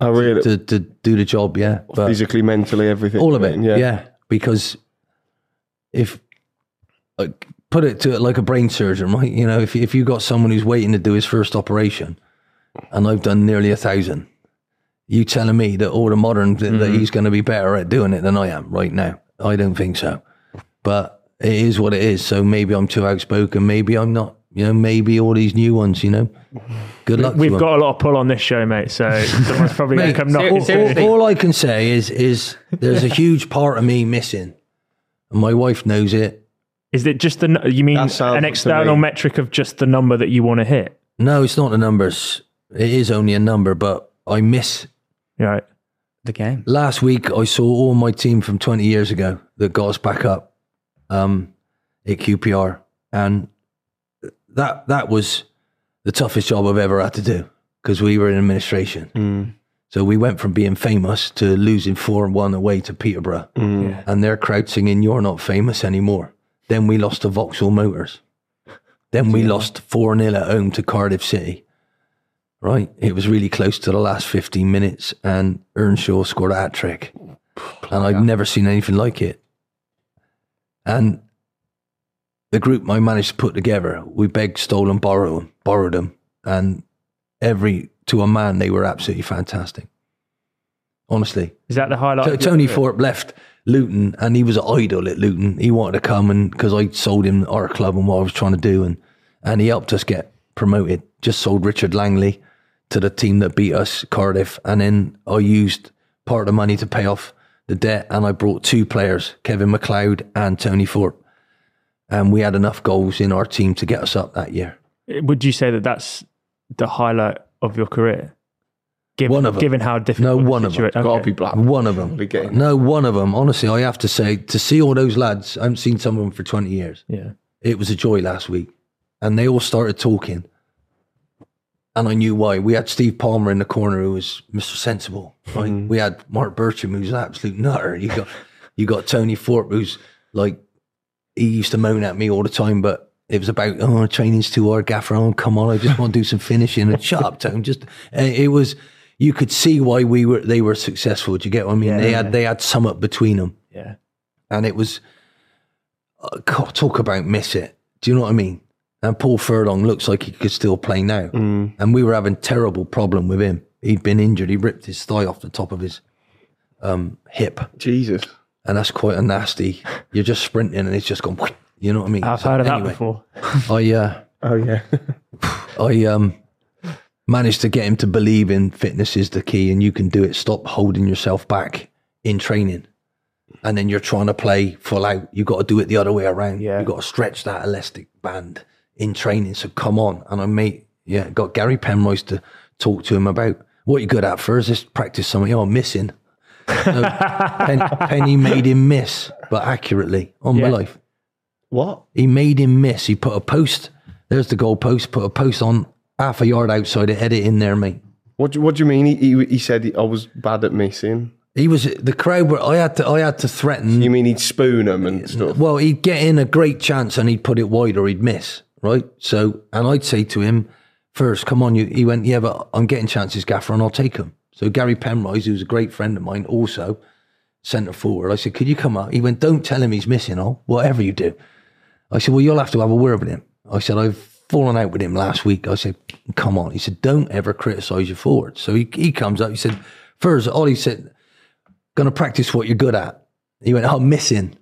E: I really.
C: to to do the job. Yeah, but
E: physically, mentally, everything.
C: uh, all of
E: I
C: it.
E: mean,
C: Yeah, because if like, put it to it like a brain surgeon, right? You know, if if you got someone who's waiting to do his first operation, and I've done nearly a thousand. You telling me that all the modern th- that he's going to be better at doing it than I am right now? I don't think so. But it is what it is. So maybe I'm too outspoken. Maybe I'm not you know, maybe all these new ones, you know. Good luck. to
F: We've
C: them.
F: got a lot of pull on this show, mate. So someone's probably going
C: Mate,
F: to come knocking.
C: all, all- all I can say is is there's a huge part of me missing, and my wife knows it.
F: Is it just the nu- you mean an external metric of just the number that you want to hit?
C: No, it's not the numbers. It is only a number, but I miss.
F: Right.
D: The game.
C: Last week, I saw all my team from 20 years ago that got us back up um, at QPR, and that that was the toughest job I've ever had to do because we were in administration. So we went from being famous to losing four and one away to Peterborough, and their crowd singing "You're not famous anymore." Then we lost to Vauxhall Motors. Then we lost four 0 at home to Cardiff City. Right, it was really close to the last fifteen minutes, and Earnshaw scored a hat trick, and I'd never seen anything like it. And the group I managed to put together, we begged, stole, and borrowed, borrowed them, and every to a man, they were absolutely fantastic. Honestly,
F: Is that the highlight?
C: T-
F: of your
C: Tony
F: career?
C: Thorpe left Luton, and he was an idol at Luton. He wanted to come, and because I sold him our club and what I was trying to do, and and he helped us get promoted. Just sold Richard Langley to the team that beat us, Cardiff, and then I used part of the money to pay off the debt, and I brought two players, Kevin McLeod and Tony Thorpe, and we had enough goals in our team to get us up that year.
F: Would you say that that's the highlight of your career? Given,
C: One of 'em.
F: given how difficult.
C: No, one of them.
F: Okay. Gotta be black.
C: One of them. No, one of them. Honestly, I have to say, to see all those lads, I haven't seen some of them for 20 years.
F: Yeah.
C: It was a joy last week. And they all started talking. And I knew why. We had Steve Palmer in the corner who was Mr. Sensible. Right? We had Mark Bertram who's an absolute nutter. You got you got Tony Thorpe who's like he used to moan at me all the time, but it was about oh training's too hard, gaffer. Oh come on, I just want to do some finishing and shut up, Tone. Just uh, it was you could see why we were they were successful. Do you get what I mean? they had they had somewhat between them,
F: Yeah.
C: and it was uh, co- talk about miss it. Do you know what I mean? And Paul Furlong looks like he could still play now,
F: Mm.
C: and we were having terrible problem with him. He'd been injured. He ripped his thigh off the top of his um, hip,
E: Jesus.
C: and that's quite a nasty. You're just sprinting, and it's just gone. You know what I mean?
F: I've
C: So
F: heard of that
C: anyway.
F: before.
C: I uh,
E: Oh yeah.
C: I um managed to get him to believe in fitness is the key and you can do it. Stop holding yourself back in training. And then you're trying to play full out. You've got to do it the other way around. Yeah. You've got to stretch that elastic band in training. So come on. And I mate, yeah, got Gary Penrose to talk to him about what you're good at first is practice something. Oh, I'm missing. No, Pen- Penny made him miss, but accurately on my
F: Yeah.
C: life.
E: What?
C: He made him miss. He put a post. There's the goal post. Put a post on half a yard outside it. Head it in there, mate.
E: What do, what do you mean? He, he, he said I was bad at missing.
C: He was the crowd were. I had to. I had to threaten.
E: You mean he'd spoon him and stuff?
C: Well, he'd get in a great chance and he'd put it wide or he'd miss, right? So, and I'd say to him first, "Come on, you." He went, "Yeah, but I'm getting chances, Gaffer, and I'll take them." So Gary Penrose, who's a great friend of mine, also centre forward. I said, "Could you come up?" He went, "Don't tell him he's missing. I'll whatever you do." I said, Well, you'll have to have a word with him. I said, I've fallen out with him last week. I said, Come on. He said, Don't ever criticize your forward. So he, he comes up. He said, First, Ollie said, Going to practice what you're good at. He went, oh, I'm missing.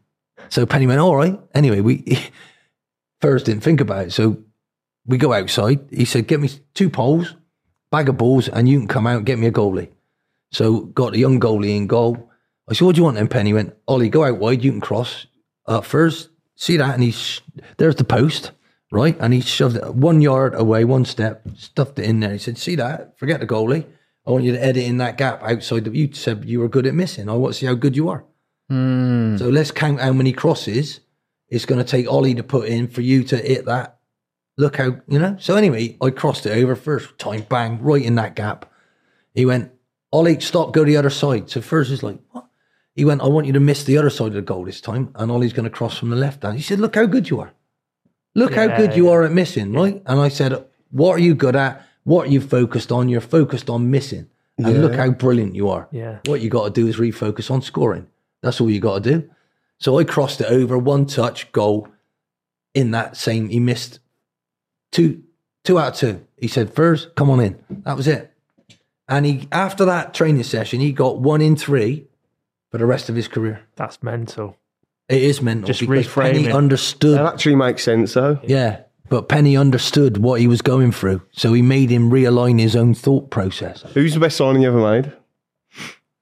C: So Penny went, All right. Anyway, we first didn't think about it. So we go outside. He said, Get me two poles, bag of balls, and you can come out and get me a goalie. So got a young goalie in goal. I said, What do you want then, Penny? He went, Ollie, go out wide. You can cross up first. See that? And he sh- there's the post, right? And he shoved it one yard away, one step, stuffed it in there. He said, See that? Forget the goalie. I want you to edit in that gap outside of you. said you were good at missing. I want to see how good you are. So let's count how many crosses it's going to take Ollie to put in for you to hit that. Look how, you know? So anyway, I crossed it over first time, bang, right in that gap. He went, Ollie, stop, go the other side. So first is like, what? He went, I want you to miss the other side of the goal this time. And Ollie's going to cross from the left hand. He said, Look how good you are. Look how good you are at missing, right? And I said, What are you good at? What are you focused on? You're focused on missing. And look how brilliant you are.
F: Yeah.
C: What you got to do is refocus on scoring. That's all you got to do. So I crossed it over, one touch, goal. In that same, he missed two, two out of two. He said, First, come on in. That was it. And he, after that training session, he got one in three for the rest of his career.
F: That's mental.
C: It is mental
F: Just
C: because
F: reframe
C: Penny
F: it.
C: understood.
E: That actually makes sense though.
C: Yeah, But Penny understood what he was going through, so he made him realign his own thought process.
E: Who's the best signing you ever made?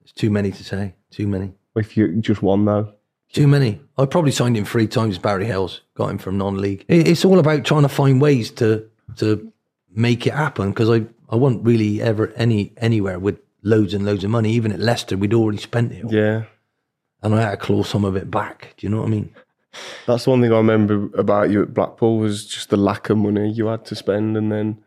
C: It's too many to say. Too many.
E: If you just one though.
C: Too many. I probably signed him three times. Barry Hales got him from non-league. It- It's all about trying to find ways to to make it happen because I I wasn't really ever any anywhere with loads and loads of money. Even at Leicester, we'd already spent it. all.
E: Yeah.
C: and I had to claw some of it back. Do you know what I mean?
E: That's one thing I remember about you at Blackpool was just the lack of money you had to spend, and then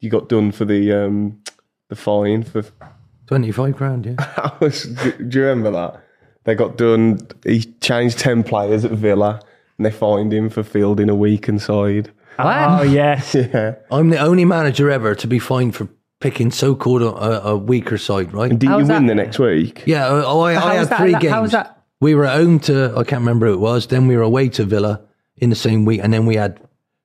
E: you got done for the um, the fine for.
C: Twenty five grand, yeah.
E: I was, do do you remember that? They got done. He changed ten players at Villa, and they fined him for fielding a weak inside.
F: Oh yes.
E: Yeah.
C: I'm the only manager ever to be fined for picking so-called a, a, a weaker side, right?
E: Did
D: How's
E: you win
D: that?
E: the next week?
C: Yeah, I, I,
D: How
C: I had
D: was that
C: three
D: allo-
C: games.
D: how was that-
C: We were at home to I can't remember who it was. Then we were away to Villa in the same week, and then we had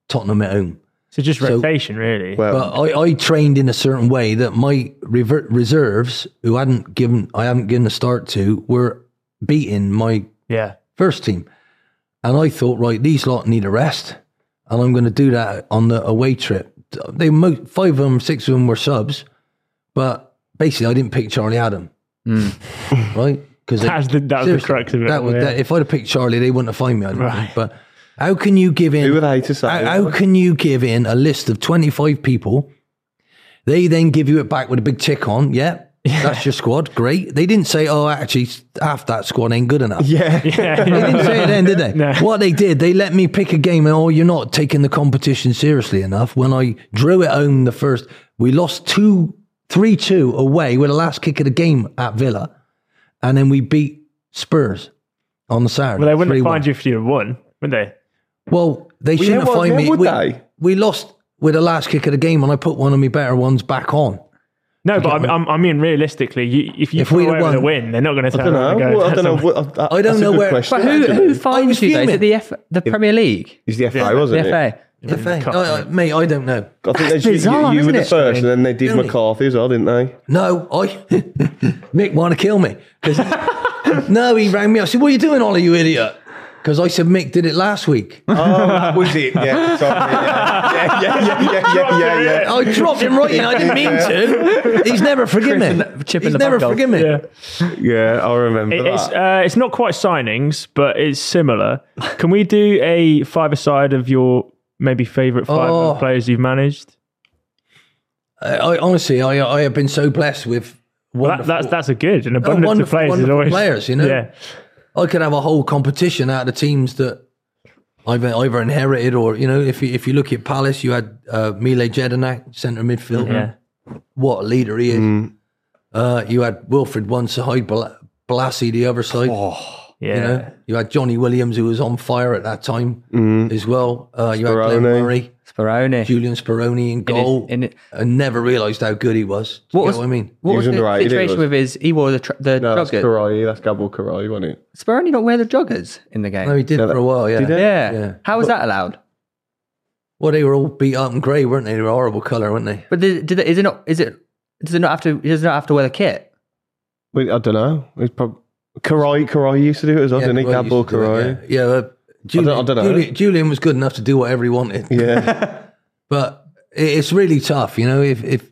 C: Tottenham at home.
F: So just rotation, really.
E: Well,
C: But I, I trained in a certain way that my revert reserves, who hadn't given, I haven't given a start to, were beating my
F: yeah.
C: first team. And I thought, right, these lot need a rest, and I'm going to do that on the away trip. They mo- five of them, six of them were subs, but basically I didn't pick Charlie Adam,
E: Hmm.
C: right? Because
F: That's the- that was the crux of it,
C: That was,
F: yeah.
C: that, if I'd have picked Charlie, they wouldn't have fined me. I don't think.
F: Right.
C: But how can you give in?
E: Who were they to say?
C: How, how can you give in a list of twenty five people? They then give you it back with a big tick on. Yeah, that's your squad. Great. They didn't say, oh, actually, half that squad ain't good enough.
E: yeah.
C: They didn't say it then, did they?
F: No.
C: What they did, they let me pick a game and, oh, you're not taking the competition seriously enough. When I drew it home the first, we lost 2 3 2 away with the last kick of the game at Villa. And then we beat Spurs on the Saturday.
F: Well, they wouldn't have
C: 3-1.
F: fined you if you had won, would they?
C: Well, they
E: Well,
C: shouldn't
E: yeah,
C: have
E: well,
C: fined
E: yeah,
C: me.
E: would
C: we,
E: they?
C: we lost with the last kick of the game and I put one of my better ones back on.
F: No, but I'm, I'm, I mean, realistically, you, if you
C: If
F: if we
C: we'd
F: away
C: have
F: with a
C: won-
F: win, they're not going to
E: I
F: turn
E: don't
F: around and
E: know.
F: go.
E: Well, I don't know.
F: "That's a-
E: Well, that-
C: I don't
E: that's a
C: know
E: good
C: where-
E: Question,
D: But who, who
E: actually.
D: finds
C: was
D: you? Though? Is it
C: fuming.
D: the F, the Premier League?
E: It's the FA, wasn't
D: the
E: it?
D: FA.
C: If they- I- I- mate, I don't know.
E: I think they
D: That's
E: should- you-
D: bizarre,
E: you, were
D: isn't
E: the
D: it?
E: first, and then they did
C: Really?
E: McCarthy as well, didn't they?
C: No, I Mick wanted to kill me. 'Cause- no, he rang me up. I said, What are you doing, Ollie, you idiot? Because I said, Mick did it last week.
E: Oh, that was it. Yeah, sorry, yeah, yeah, yeah, yeah, yeah, yeah, yeah, yeah.
C: I dropped him right in. I didn't mean to. He's never forgiven me.
D: the- chip in
C: He's
D: the
C: never
D: back goal.
C: forgiven me.
E: Yeah, I remember
F: It- it's,
E: that.
F: uh, it's not quite signings, but it's similar. Can we do a five-a-side of your maybe favourite five
C: Oh.
F: players you've managed?
C: I, I honestly, I, I have been so blessed with
F: Well, that,
C: wonderful. Oh,
F: that's that's a good an abundance of
C: wonderful-
F: players. is
C: wonderful
F: always,
C: players, you know?
F: Yeah,
C: I could have a whole competition out of the teams that I've either inherited or you know, if you, if you look at Palace, you had uh, Mile Jedinak, centre midfielder.
F: yeah.
C: What a leader he is.
E: Mm.
C: Uh, you had Wilfred one side, Bla- Blassie the other side.
E: Oh,
F: Yeah.
C: You know, you had Johnny Williams, who was on fire at that time as well. Uh, you had Glenn
E: Mm. Speroni.
C: Murray,
D: Speroni.
C: Julian Speroni in
D: In his-
C: goal.
D: in it-
C: I never realised how good he was. Do you
D: What
C: know
D: was-
C: what I mean?
D: What
E: He
D: was
E: was
D: the
E: underrated, he
D: situation
E: was.
D: with his? He wore the tr- the
E: No, that's
D: joggers.
E: Karai. That's Gabal Karai, wasn't it?
D: Speroni not wear the joggers in the game.
C: No, he did
E: Yeah,
C: for
E: that-
C: a while, yeah.
E: did he?
D: yeah.
C: Yeah.
D: How was that allowed?
C: Well, they were all beat up and grey, weren't they? They were a horrible colour, weren't they?
D: But did, did it, is it not? Is it? Does it not have to? Does it not have to wear the kit?
E: Wait, I don't know. It's probably Karai. Karai used to do it as well,
C: Yeah,
E: didn't he?
C: Karai
E: Gabal
C: used to do
E: Karai.
C: it, Yeah, yeah uh, Julian,
E: I don't know.
C: Julian, Julian was good enough to do whatever he wanted.
E: Yeah.
C: but it- it's really tough, you know. If if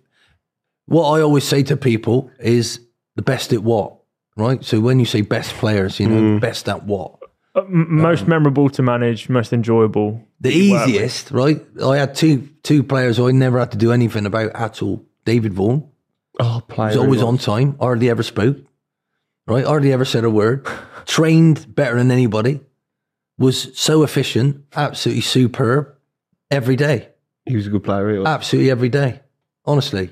C: what I always say to people is the best at what, right? So when you say best players, you know,
F: Mm.
C: best at what?
F: Uh, m-
C: Um,
F: most memorable to manage, most enjoyable.
C: The
F: work with.
C: easiest, right? I had two two players I never had to do anything about at all. David Vaughan
E: Oh, player.
C: was always on time, hardly ever spoke, right? Hardly ever said a word. Trained better than anybody, was so efficient, absolutely superb, every day,
E: He was a good player. He was.
C: absolutely every day. Honestly,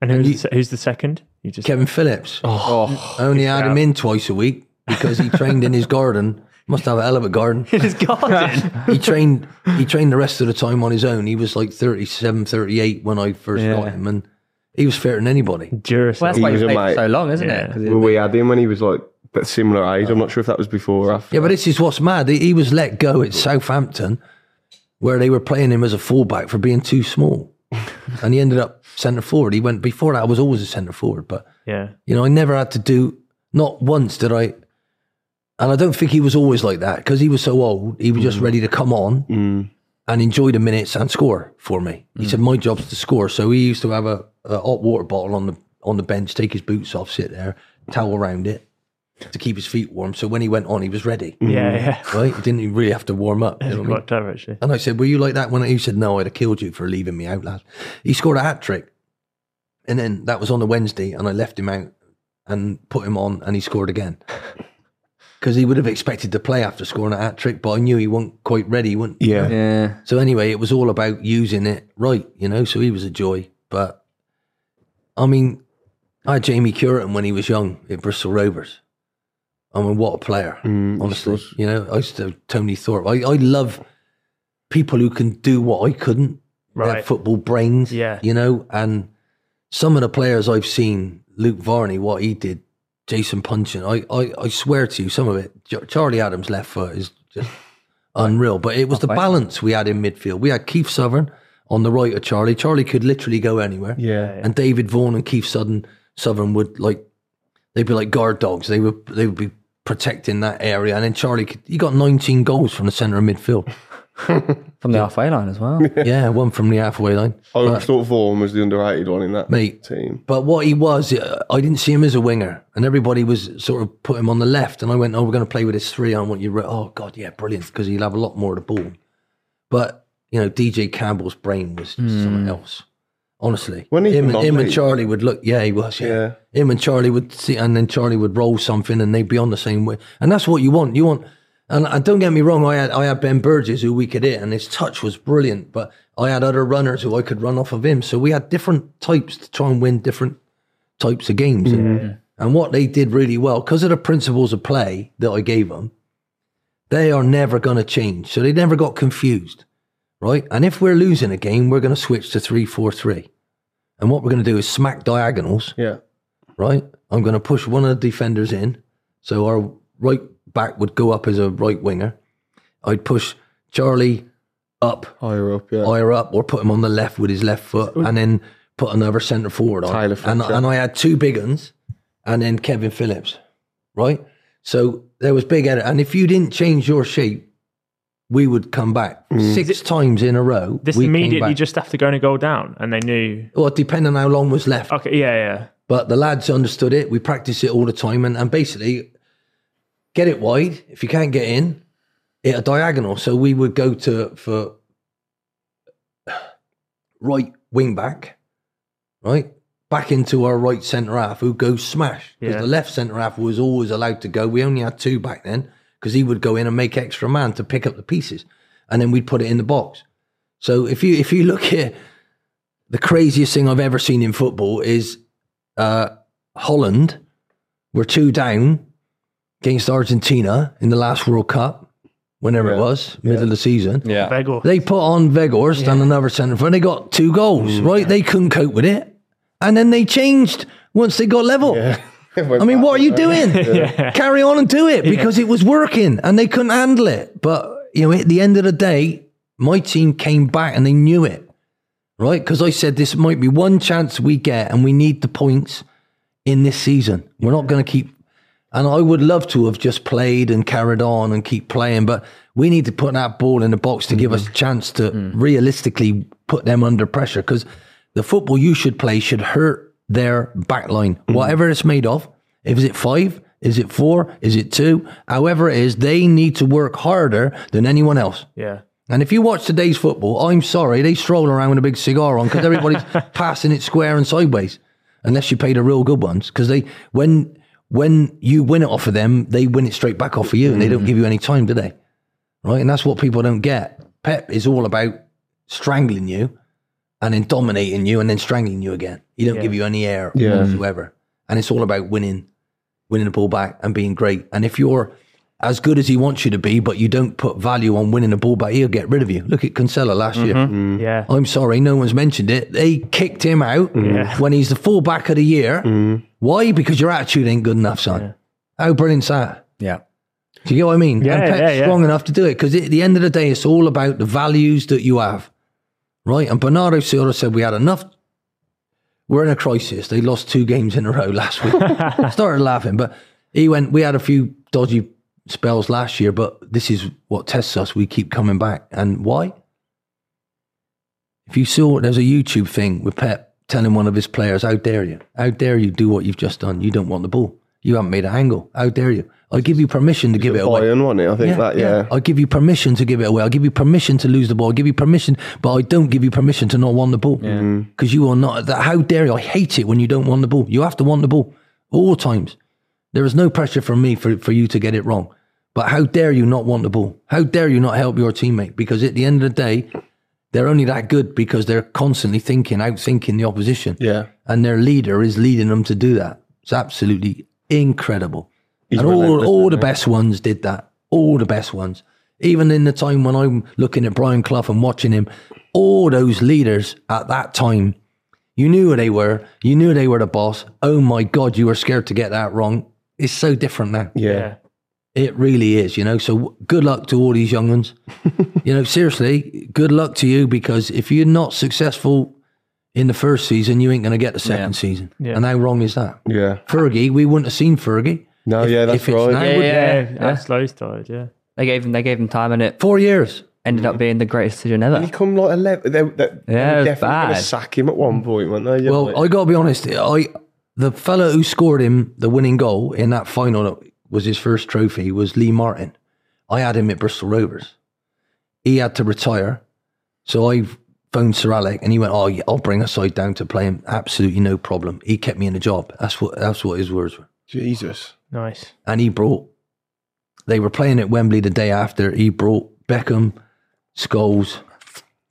F: And who's, the se- who's the second? You just
C: Kevin Phillips.
E: oh,
C: I only had him in twice a week because he trained in his garden. Must have a hell of a garden.
D: In his garden.
C: He trained he trained the rest of the time on his own. He was like 37, 38 when I first got him and he was fitter than anybody.
F: Jurist.
D: well, that's
E: He
D: why
E: was
D: you
E: a
D: played for so
E: mate.
D: long, isn't it?
F: Yeah.
D: 'Cause it?
E: well, we had him when he was like that similar age. I'm not sure if that was before or after.
C: Yeah, but this is what's mad. He, he was let go at Southampton where they were playing him as a fullback for being too small. And he ended up centre forward. He went before that I was always a centre forward, but
F: yeah.
C: You know, I never had to do, not once did I. And I don't think he was always like that because he was so old. He was just ready to come on and enjoy the minutes and score for me. He said my job's to score, so he used to have a, a hot water bottle on the on the bench, take his boots off, sit there, towel around it to keep his feet warm. So when he went on, he was ready.
F: Yeah, yeah.
C: Right, he didn't really have to warm up. You know what I mean?
F: Quite clever, actually.
C: And I said, "Were you like that when?" I-" He said, "No, I'd have killed you for leaving me out last." He scored a hat trick, and then that was on the Wednesday, and I left him out and put him on, and he scored again because he would have expected to play after scoring a hat trick, but I knew he wasn't quite ready. He wasn't,
E: Yeah.
D: Yeah.
C: So anyway, it was all about using it right, you know. So he was a joy, but I mean, I had Jamie Curran when he was young at Bristol Rovers. I mean, what a player! honestly, you know, I used to have Tony Thorpe. I, I love people who can do what I couldn't. They have
F: Right.
C: football brains.
F: Yeah.
C: you know, and some of the players I've seen, Luke Varney, what he did, Jason Punchin. I, I, I swear to you, some of it. Ch- Charlie Adams' left foot is just unreal. But it was the balance we had in midfield. We had Keith Southern on the right of Charlie. Charlie could literally go anywhere.
E: Yeah.
C: And David Vaughan and Keith Southern Southern would like they'd be like guard dogs. They would they would be protecting that area. And then Charlie could, he got 19 goals from the centre of midfield.
D: From the halfway line as well.
C: yeah, one from the halfway line.
E: I thought Vaughan was the underrated one in that
C: Mate,
E: team.
C: But what he was, uh, I didn't see him as a winger, and everybody was sort of put him on the left. And I went, "Oh, we're going to play with his three. I want you." Re-. Oh God, yeah, brilliant, because he'll have a lot more of the ball. But you know, DJ Campbell's brain was something else. Honestly,
E: When he
C: him,
E: was on
C: him and
E: leave.
C: Charlie would look. Yeah, he was. Yeah.
E: Yeah.
C: him and Charlie would see, and then Charlie would roll something, and they'd be on the same way. And that's what you want. You want. And, and don't get me wrong, I had I had Ben Burgess who we could hit, and his touch was brilliant. But I had other runners who I could run off of him. So we had different types to try and win different types of games. And, and what they did really well, because of the principles of play that I gave them, they are never going to change. So they never got confused, right? And if we're losing a game, we're going to switch to three four three, And what we're going to do is smack diagonals,
E: Yeah.
C: right? I'm going to push one of the defenders in. So our right back would go up as a right winger. I'd push Charlie up,
E: Higher up, yeah.
C: higher up, or put him on the left with his left foot, and then put another centre forward on.
E: Tyler
C: and,
E: Fletcher.
C: and I had two big uns, and then Kevin Phillips, right? So there was big edit. And if you didn't change your shape, we would come back six times in a row.
F: This
C: we came
F: immediately
C: back.
F: just after going a goal down, and they knew.
C: well, depending on how long was left.
F: Okay, yeah, yeah.
C: But the lads understood it. We practice it all the time, and, and basically, get it wide. If you can't get in, it a diagonal. So we would go to for right wing back, right back into our right centre half who goes smash because
F: Yeah.
C: the left centre half was always allowed to go. We only had two back then because he would go in and make extra man to pick up the pieces, and then we'd put it in the box. So if you if you look here, the craziest thing I've ever seen in football is uh, Holland were two down against Argentina in the last World Cup, whenever it was, middle of the season.
D: Yeah.
F: Begor.
C: They put on Vegorst and another centre front. They got two goals,
D: Mm.
C: right? They couldn't cope with it. And then they changed once they got level. I mean, what are you doing? Carry on and do it because it was working and they couldn't handle it. But, you know, at the end of the day, my team came back and they knew it, right? Because I said this might be one chance we get and we need the points in this season. We're not going to keep. And I would love to have just played and carried on and keep playing, but we need to put that ball in the box to give us a chance to realistically put them under pressure because the football you should play should hurt their back line, whatever it's made of. Is it five? Is it four? Is it two? However, it is, they need to work harder than anyone else.
F: Yeah.
C: And if you watch today's football, I'm sorry, they stroll around with a big cigar on because everybody's passing it square and sideways, unless you pay the real good ones. Because they, when when you win it off of them, they win it straight back off of you, and they don't give you any time, do they? Right, and that's what people don't get. Pep is all about strangling you, and then dominating you, and then strangling you again. He don't give you any air whatsoever, and it's all about winning, winning the ball back, and being great. And if you're as good as he wants you to be, but you don't put value on winning the ball back, he'll get rid of you. Look at Kinsella last year.
F: Yeah.
C: I'm sorry, no one's mentioned it. They kicked him out
F: Yeah. Mm.
C: when he's the full back of the year. Why? Because your attitude ain't good enough, son. How brilliant's that?
D: Yeah.
C: Do you get what I mean?
F: Yeah,
C: and Pep's
F: yeah, yeah.
C: strong enough to do it because at the end of the day, it's all about the values that you have, right? And Bernardo Silva said we had enough. We're in a crisis. They lost two games in a row last week. I started laughing, but he went. We had a few dodgy spells last year, but this is what tests us. We keep coming back, and why? If you saw, there's a YouTube thing with Pep telling one of his players, "How dare you? How dare you do what you've just done? You don't want the ball. You haven't made an angle. How dare you? I give you permission to give it away.
E: Bayern, wasn't it? I think that, yeah.
C: I give you permission to give it away. I give you permission to lose the ball. I give you permission, but I don't give you permission to not want the ball
E: Mm-hmm.
C: because you are not. That how dare you? I hate it when you don't want the ball. You have to want the ball all times. There is no pressure from me for, for you to get it wrong. But how dare you not want the ball? How dare you not help your teammate? Because at the end of the day, they're only that good because they're constantly thinking, outthinking the opposition.
E: Yeah.
C: And their leader is leading them to do that. It's absolutely incredible. and all,
H: relentless,
C: all the best ones did that. All the best ones. Even in the time when I'm looking at Brian Clough and watching him, all those leaders at that time, you knew who they were. You knew they were the boss. Oh my God, you were scared to get that wrong. It's so different now.
E: Yeah.
C: It really is, you know. So w- good luck to all these young ones. you know, seriously, good luck to you because if you're not successful in the first season, you ain't going to get the second season.
F: Yeah.
C: And how wrong is that?
E: Yeah.
C: Fergie, we wouldn't have seen Fergie.
E: No,
C: if-
E: yeah, that's
C: if it's
E: right.
C: now,
D: Yeah,
C: would-
D: yeah, yeah.
F: That's Lowe's died, yeah.
D: They gave him. They gave him time, and it
C: four years
D: ended up being the greatest decision
E: He
D: ever.
E: come like 11. They, they, they
D: Yeah, it
E: were
D: was
E: definitely going
D: bad.
E: to sack him at one point, weren't they? Yeah,
C: Well,
E: like-
C: I got to be honest. I the fella who scored him the winning goal in that final that was his first trophy was Lee Martin. I had him at Bristol Rovers. He had to retire, so I phoned Sir Alec and he went, "Oh, yeah, I'll bring a side down to play him. Absolutely no problem." He kept me in the job. That's what that's what his words were
E: Jesus.
F: Nice.
C: and he brought. They were playing at Wembley the day after. He brought Beckham, Scholes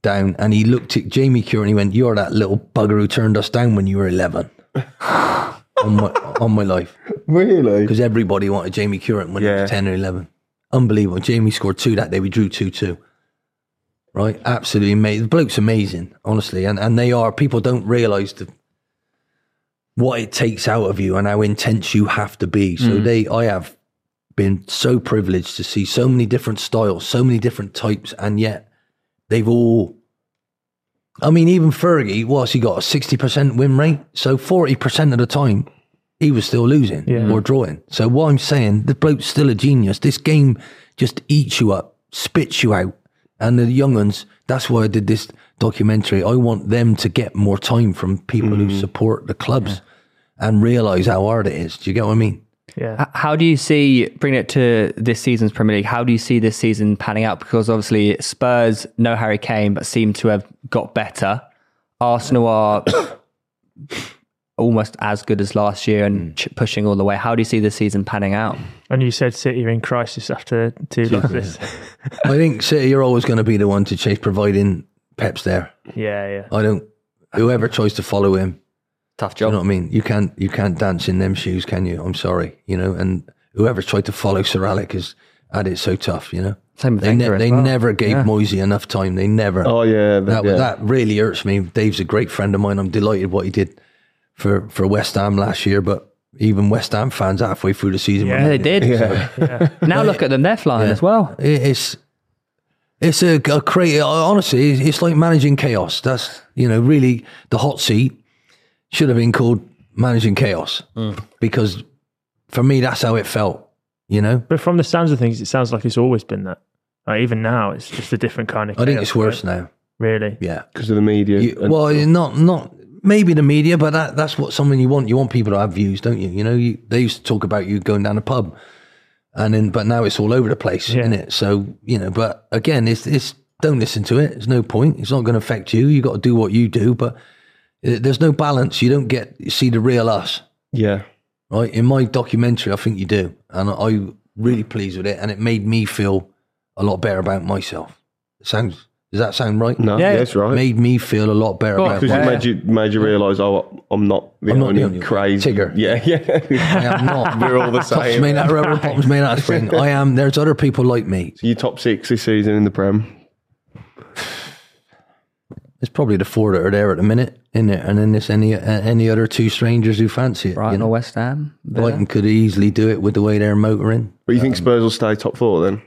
C: down, and he looked at Jamie Cure and he went, "You're that little bugger who turned us down when you were 11." on my on my life,
E: Really?
C: because everybody wanted Jamie Curran when he
E: Yeah.
C: was 10 or 11. Unbelievable. Jamie scored two that day. We drew 2 2. Right? Absolutely amazing. The bloke's amazing, honestly. And, and they are, people don't realize the, what it takes out of you and how intense you have to be. So they, I have been so privileged to see so many different styles, so many different types, and yet they've all. I mean, even Fergie, whilst he got a 60% win rate, so 40% of the time he was still losing
F: Yeah.
C: or drawing. So what I'm saying, the bloke's still a genius. This game just eats you up, spits you out. And the young uns, that's why I did this documentary. I want them to get more time from people who support the clubs and realise how hard it is. Do you get what I mean?
F: Yeah.
D: H- How do you see bringing it to this season's Premier League? How do you see this season panning out? Because obviously Spurs, no Harry Kane, but seem to have got better. Arsenal are almost as good as last year and ch- pushing all the way. How do you see this season panning out?
F: And you said City are in crisis after two losses.
C: I think City are always going to be the one to chase, providing Pep's there.
F: yeah, yeah.
C: I don't. Whoever tries to follow him,
D: Tough job.
C: do you know what I mean? You can't. You can't dance in them shoes, can you? I'm sorry, you know. And whoever tried to follow Sir Alec has had it so tough, you know.
D: Same with
C: They,
D: Wenger
C: ne-
D: as
C: they
D: well.
C: never gave Moisey enough time. They never.
E: Oh, yeah.
C: that
E: yeah.
C: that really hurts me. Dave's a great friend of mine. I'm delighted what he did for for West Ham last year, but even West Ham fans halfway through the season, were
F: Yeah,
D: They
C: like,
D: did. now look at them; they're flying as well.
C: it- it's it's a, a crazy. Honestly, it's- it's like managing chaos. That's you know really the hot seat should have been called managing chaos because for me that's how it felt. You know,
F: But from the sounds of things, it sounds like it's always been that. Like, even now, it's just a different kind of.
C: I think
F: chaos,
C: it's worse
F: right?
C: now.
F: Really?
C: Yeah.
E: Because of the media.
C: You,
E: and-
C: well, it's not not maybe the media, but that that's what something you want. You want people to have views, don't you? You know, you, they used to talk about you going down a pub, and then but now it's all over the place,
F: Yeah.
C: isn't it? So you know, but again, it's it's don't listen to it. There's no point. It's not going to affect you. You got to do what you do, but uh, there's no balance. You don't get you see the real us,
E: yeah.
C: right? In my documentary, I think you do, and I, I'm really pleased with it, and it made me feel a lot better about myself. Sounds does that sound right?
E: No,
D: Yeah.
E: that's right.
C: Made me feel a lot better about
E: Because
C: myself.
E: it made you, made you realise, oh, I'm not the,
C: I'm not
E: only,
C: the only one.
E: crazy.
C: Tigger.
E: Yeah, yeah.
C: I am not.
E: We're all the
C: Tops
E: same.
C: made out of rubber, bottoms made out of spring. I am. There's other people like me.
E: So you top six this season in the Prem.
C: It's probably the four that are there at the minute, isn't it? And then there's any uh, any other two strangers who fancy it.
D: Brighton
C: you know,
D: or West Ham?
C: Brighton could easily do it with the way they're motoring.
E: But you think Spurs will stay top four then?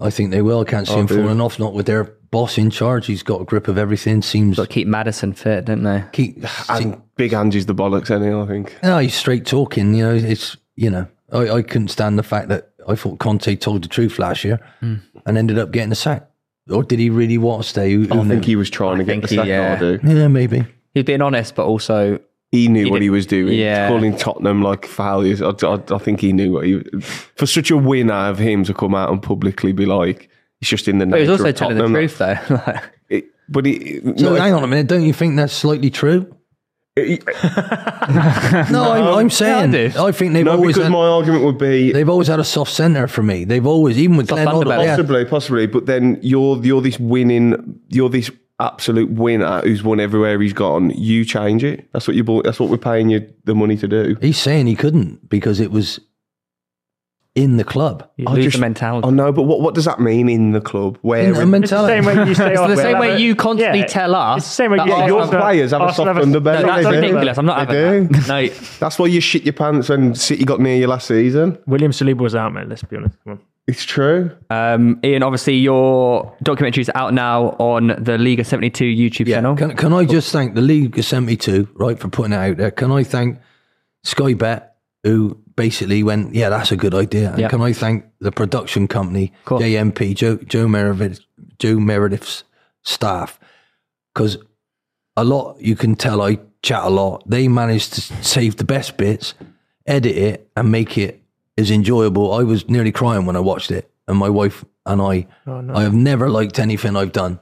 C: I think they will. I can't see them
E: do.
C: falling off. Not with their boss in charge. He's got a grip of everything. Seems
D: Got to keep Madison fit, didn't they?
C: keep.
E: And Big Angie's the bollocks, anyhow, I think.
C: No, he's straight talking. You know, it's you know, I,
E: Hmm.
C: I couldn't stand the fact that I thought Conte told the truth last year and ended up getting a sack. Or did he really want to stay? Who, who
E: Oh, I
C: knew?
E: think he was trying to get the
D: he-
E: sack
D: yeah.
E: Nardo.
C: Yeah, maybe.
D: He's being honest, but also
E: He knew
D: He
E: what
D: did-
E: he was doing.
D: yeah.
E: Calling Tottenham like failures. I, I, I think he knew what he For such a win out of him to come out and publicly be like, it's just in the
D: But
E: nature
D: he's also
E: of
D: telling
E: Tottenham.
D: the truth, though. Like,
E: It- but he,
C: So
E: no,
C: hang on a minute. Don't you think that's slightly true?
E: he-
C: No, I'm, I'm saying
D: I do.
C: I think they've
E: no,
C: always
E: because
C: had,
E: my argument would be
C: they've always had a soft centre for me. They've always even with
D: Soft
C: Glenn Hoddle,
D: underbelly.
C: yeah.
E: Possibly, possibly. But then you're you're this winning, you're this absolute winner who's won everywhere he's gone. You change it. That's what you bought. That's what we're paying you the money to do.
C: He's saying he couldn't because it was in the club.
D: you lose the mentality.
E: Oh no, but what what does that mean in the club? Where
C: In the
F: It's the same
C: mentality.
F: way you say
D: It's the
F: Arsenal
D: same
F: have
D: way
F: a-
D: you constantly
F: yeah.
D: tell us.
F: It's the same way
D: that
F: you-
D: Arsenal-
E: your
F: Arsenal-
E: players have a
F: Arsenal
E: soft
F: have a-
E: underbelly.
F: No,
D: that's
E: they do.
D: ridiculous. I'm not
E: They
D: having
E: do.
D: that. No,
E: That's why you shit your pants when City got near you last season.
F: William Saliba was out, man. Let's be honest. Come on.
E: It's true.
D: Um, Ian, obviously your documentary is out now on the Liga 72 YouTube
C: Yeah.
D: channel.
C: Can, can I just thank the League of 72, right, for putting it out there? Can I thank Sky Bet, who basically went, yeah, that's a good idea. And
D: Yeah.
C: can I thank the production company,
D: Cool.
C: JMP, Joe, Joe, Meredith, Joe Meredith's staff? Because a lot, you can tell I chat a lot. They managed to save the best bits, edit it, and make it as enjoyable. I was nearly crying when I watched it, and my wife and I, I have never liked anything I've done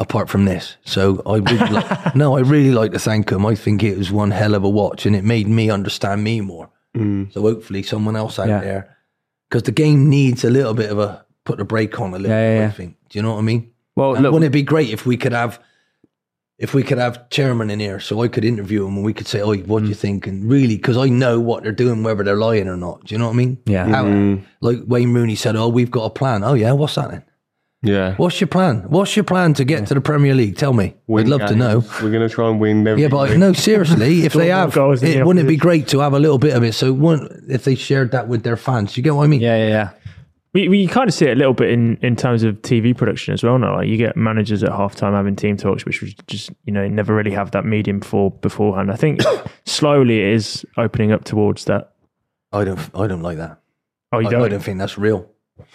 C: apart from this. So I would like, no, I really like to thank him. I think it was one hell of a watch, and it made me understand me more. So hopefully, someone else out
D: Yeah.
C: there, because the game needs a little bit of a put the brake on a little.
D: Yeah, yeah,
C: bit, I
D: yeah.
C: think. Do you know what I mean?
D: Well,
C: And
D: Oh, look-
C: wouldn't it be great if we could have? If we could have chairman in here, so I could interview him and we could say, "Oh, what do you think?" And really, because I know what they're doing, whether they're lying or not. Do you know what I mean?
D: Yeah.
C: How- like Wayne Rooney said, "Oh, we've got a plan." Oh yeah, what's that then?
E: Yeah.
C: What's your plan? What's your plan to get to the Premier League? Tell me. I'd love to know.
E: We're going to try and win. Every
C: Yeah, but no, seriously, if they
F: more
C: have,
F: goals than
C: it,
F: the
C: wouldn't it be great to have a little bit of it? So, wouldn't, if they shared that with their fans, you get what I mean?
D: Yeah, yeah, yeah.
F: We, we kind of see it a little bit in, in terms of TV production as well now. Like you get managers at halftime having team talks, which was just you know never really have that medium for beforehand. I think slowly it is opening up towards that.
C: I don't, I don't like that.
F: Oh, you
C: I,
F: don't.
C: I don't think that's real.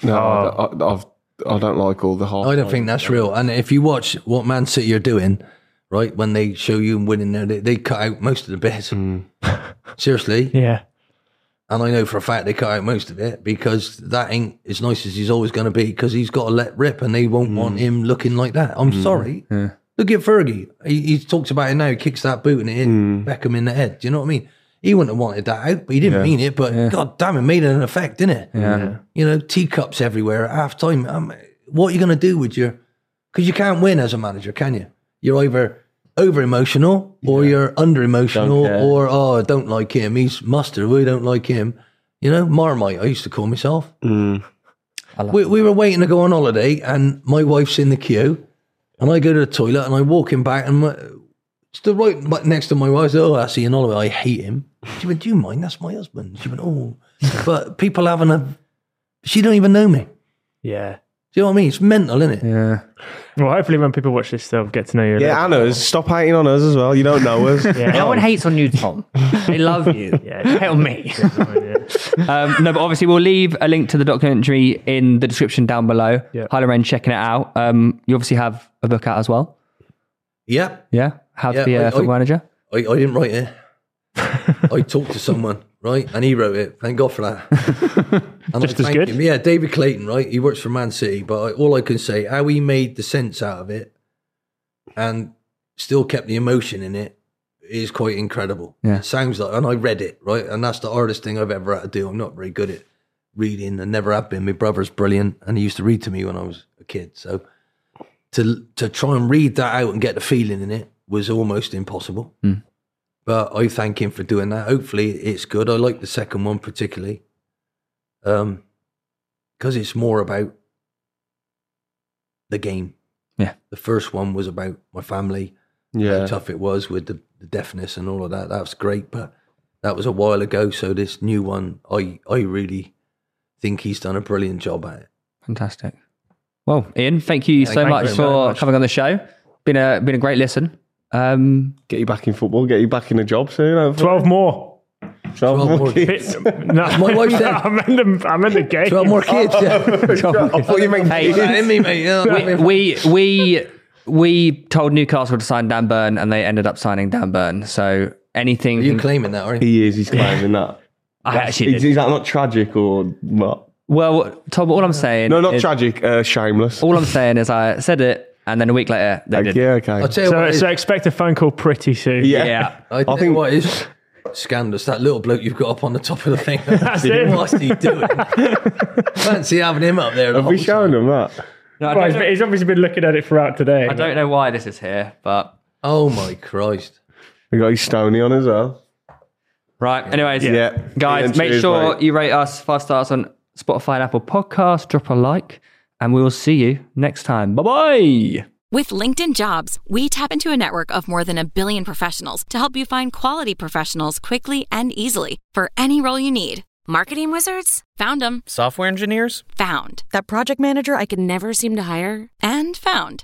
E: no, I, don't- I, I've, I don't like all the half.
C: I don't think that's real. And if you watch what Man City are doing, right, when they show you winning, there, they, they cut out most of the bits. seriously,
F: yeah,
C: and I know for a fact they cut out most of it because that ain't as nice as he's always going to be because he's got to let rip and they won't want him looking like that. I'm sorry. Look at Fergie. He, he talks about it now. He kicks that boot and it hit Beckham in the head. Do you know what I mean? He wouldn't have wanted that out, but he didn't mean it. But god damn, it made an effect, didn't it? Yeah. You know, teacups everywhere at half time. Um, what are you going to do with your. Because you can't win as a manager, can you? You're either over emotional or you're under emotional
E: Don't care.
C: or oh, I don't like him. He's mustard. We don't like him. You know, Marmite. I used to call myself.
E: Mm.
C: We, we were waiting to go on holiday, and my wife's in the queue, and I go to the toilet, and I walk him back, and my- stood right bu- next to my wife. I said, oh, that's Ian Oliver. I hate him. She went, do you mind? That's my husband. She went, oh, but people having a. She don't even know me. Do
F: yeah.
C: you know what I mean? It's mental, isn't it?
D: Yeah.
F: Well, hopefully when people watch this, they'll get to know you. a
E: Yeah,
F: little-
E: and us. Stop hating on us as well. You don't know us.
F: yeah.
D: No one hates on you, Tom. they love you.
F: Yeah.
D: Tell me.
F: yeah.
D: Um, no, but obviously we'll leave a link to the documentary in the description down below.
F: Yeah.
D: Highly recommend checking it out. Um, you obviously have a book out as well.
C: Yeah.
D: Yeah. How to
C: Yeah,
D: be a
C: I-
D: football
C: I-
D: manager.
C: I, I didn't write it. I talked to someone, right? And he wrote it. Thank God for that. And
F: Just
C: I
F: as
C: thank
F: good?
C: Him. Yeah, David Clayton, right? He works for Man City, but I, all I can say, how he made the sense out of it and still kept the emotion in it is quite incredible.
D: Yeah.
C: It sounds like, and I read it, right? And that's the hardest thing I've ever had to do. I'm not very good at reading and never have been. My brother's brilliant and he used to read to me when I was a kid. So to to try and read that out and get the feeling in it was almost impossible. But I thank him for doing that. Hopefully, it's good. I like the second one particularly, um, because it's more about the game.
D: Yeah.
C: the first one was about my family, how
E: yeah.
C: tough it was with the, the deafness and all of that. That was great, but that was a while ago. So this new one, I I really think he's done a brilliant job at it.
D: Fantastic. Well, Ian, thank you so
C: thank
D: much
C: you
D: for
C: very much.
D: coming on the show. Been a been a great listen. Um,
E: Get you back in football. Get you back in a job soon. hopefully.
F: Twelve more.
C: 12 more kids. That's my wife's
F: no, I meant the, I meant the game.
C: 12 more kids, yeah. 12 more kids. Hey, me, mate. Yeah,
D: we, we we we told Newcastle to sign Dan Burn, and they ended up signing Dan Burn. So anything
C: You're claiming that, are you?
E: He is. He's claiming that.
D: I
E: That's-
D: actually
E: is,
D: did.
E: is that not tragic or what?
D: Well, Tom, all I'm saying.
E: No, not
D: is,
E: tragic. Uh, shameless.
D: All I'm saying is I said it, and then a week later they did.
E: yeah, okay.
C: I'll tell you what
F: So,
C: it is.
F: so expect a phone call pretty soon.
E: yeah.
D: Yeah.
C: I, tell think
E: think-
C: what it is scandalous. That little bloke you've got up on the top of the thing. That's
F: it.
C: What's he doing? Fancy having him up there. the
E: Have we
C: whole
E: shown
C: time.
E: him that?
D: No, I,
F: Right,
D: don't,
F: but he's obviously been looking at it throughout today.
D: I don't know why this is here, but
C: Oh my Christ!
E: We got his stony on as well.
D: right. Anyways,
E: Yeah.
D: guys,
E: Yeah,
D: make
E: cheers,
D: sure
E: mate.
D: you rate us five stars on Spotify and Apple Podcasts. Drop a like, and we will see you next time. Bye bye.
H: With LinkedIn Jobs, we tap into a network of more than a billion professionals to help you find quality professionals quickly and easily for any role you need. Marketing wizards? Found them.
I: Software engineers?
H: Found.
J: That project manager I could never seem to hire?
H: And found.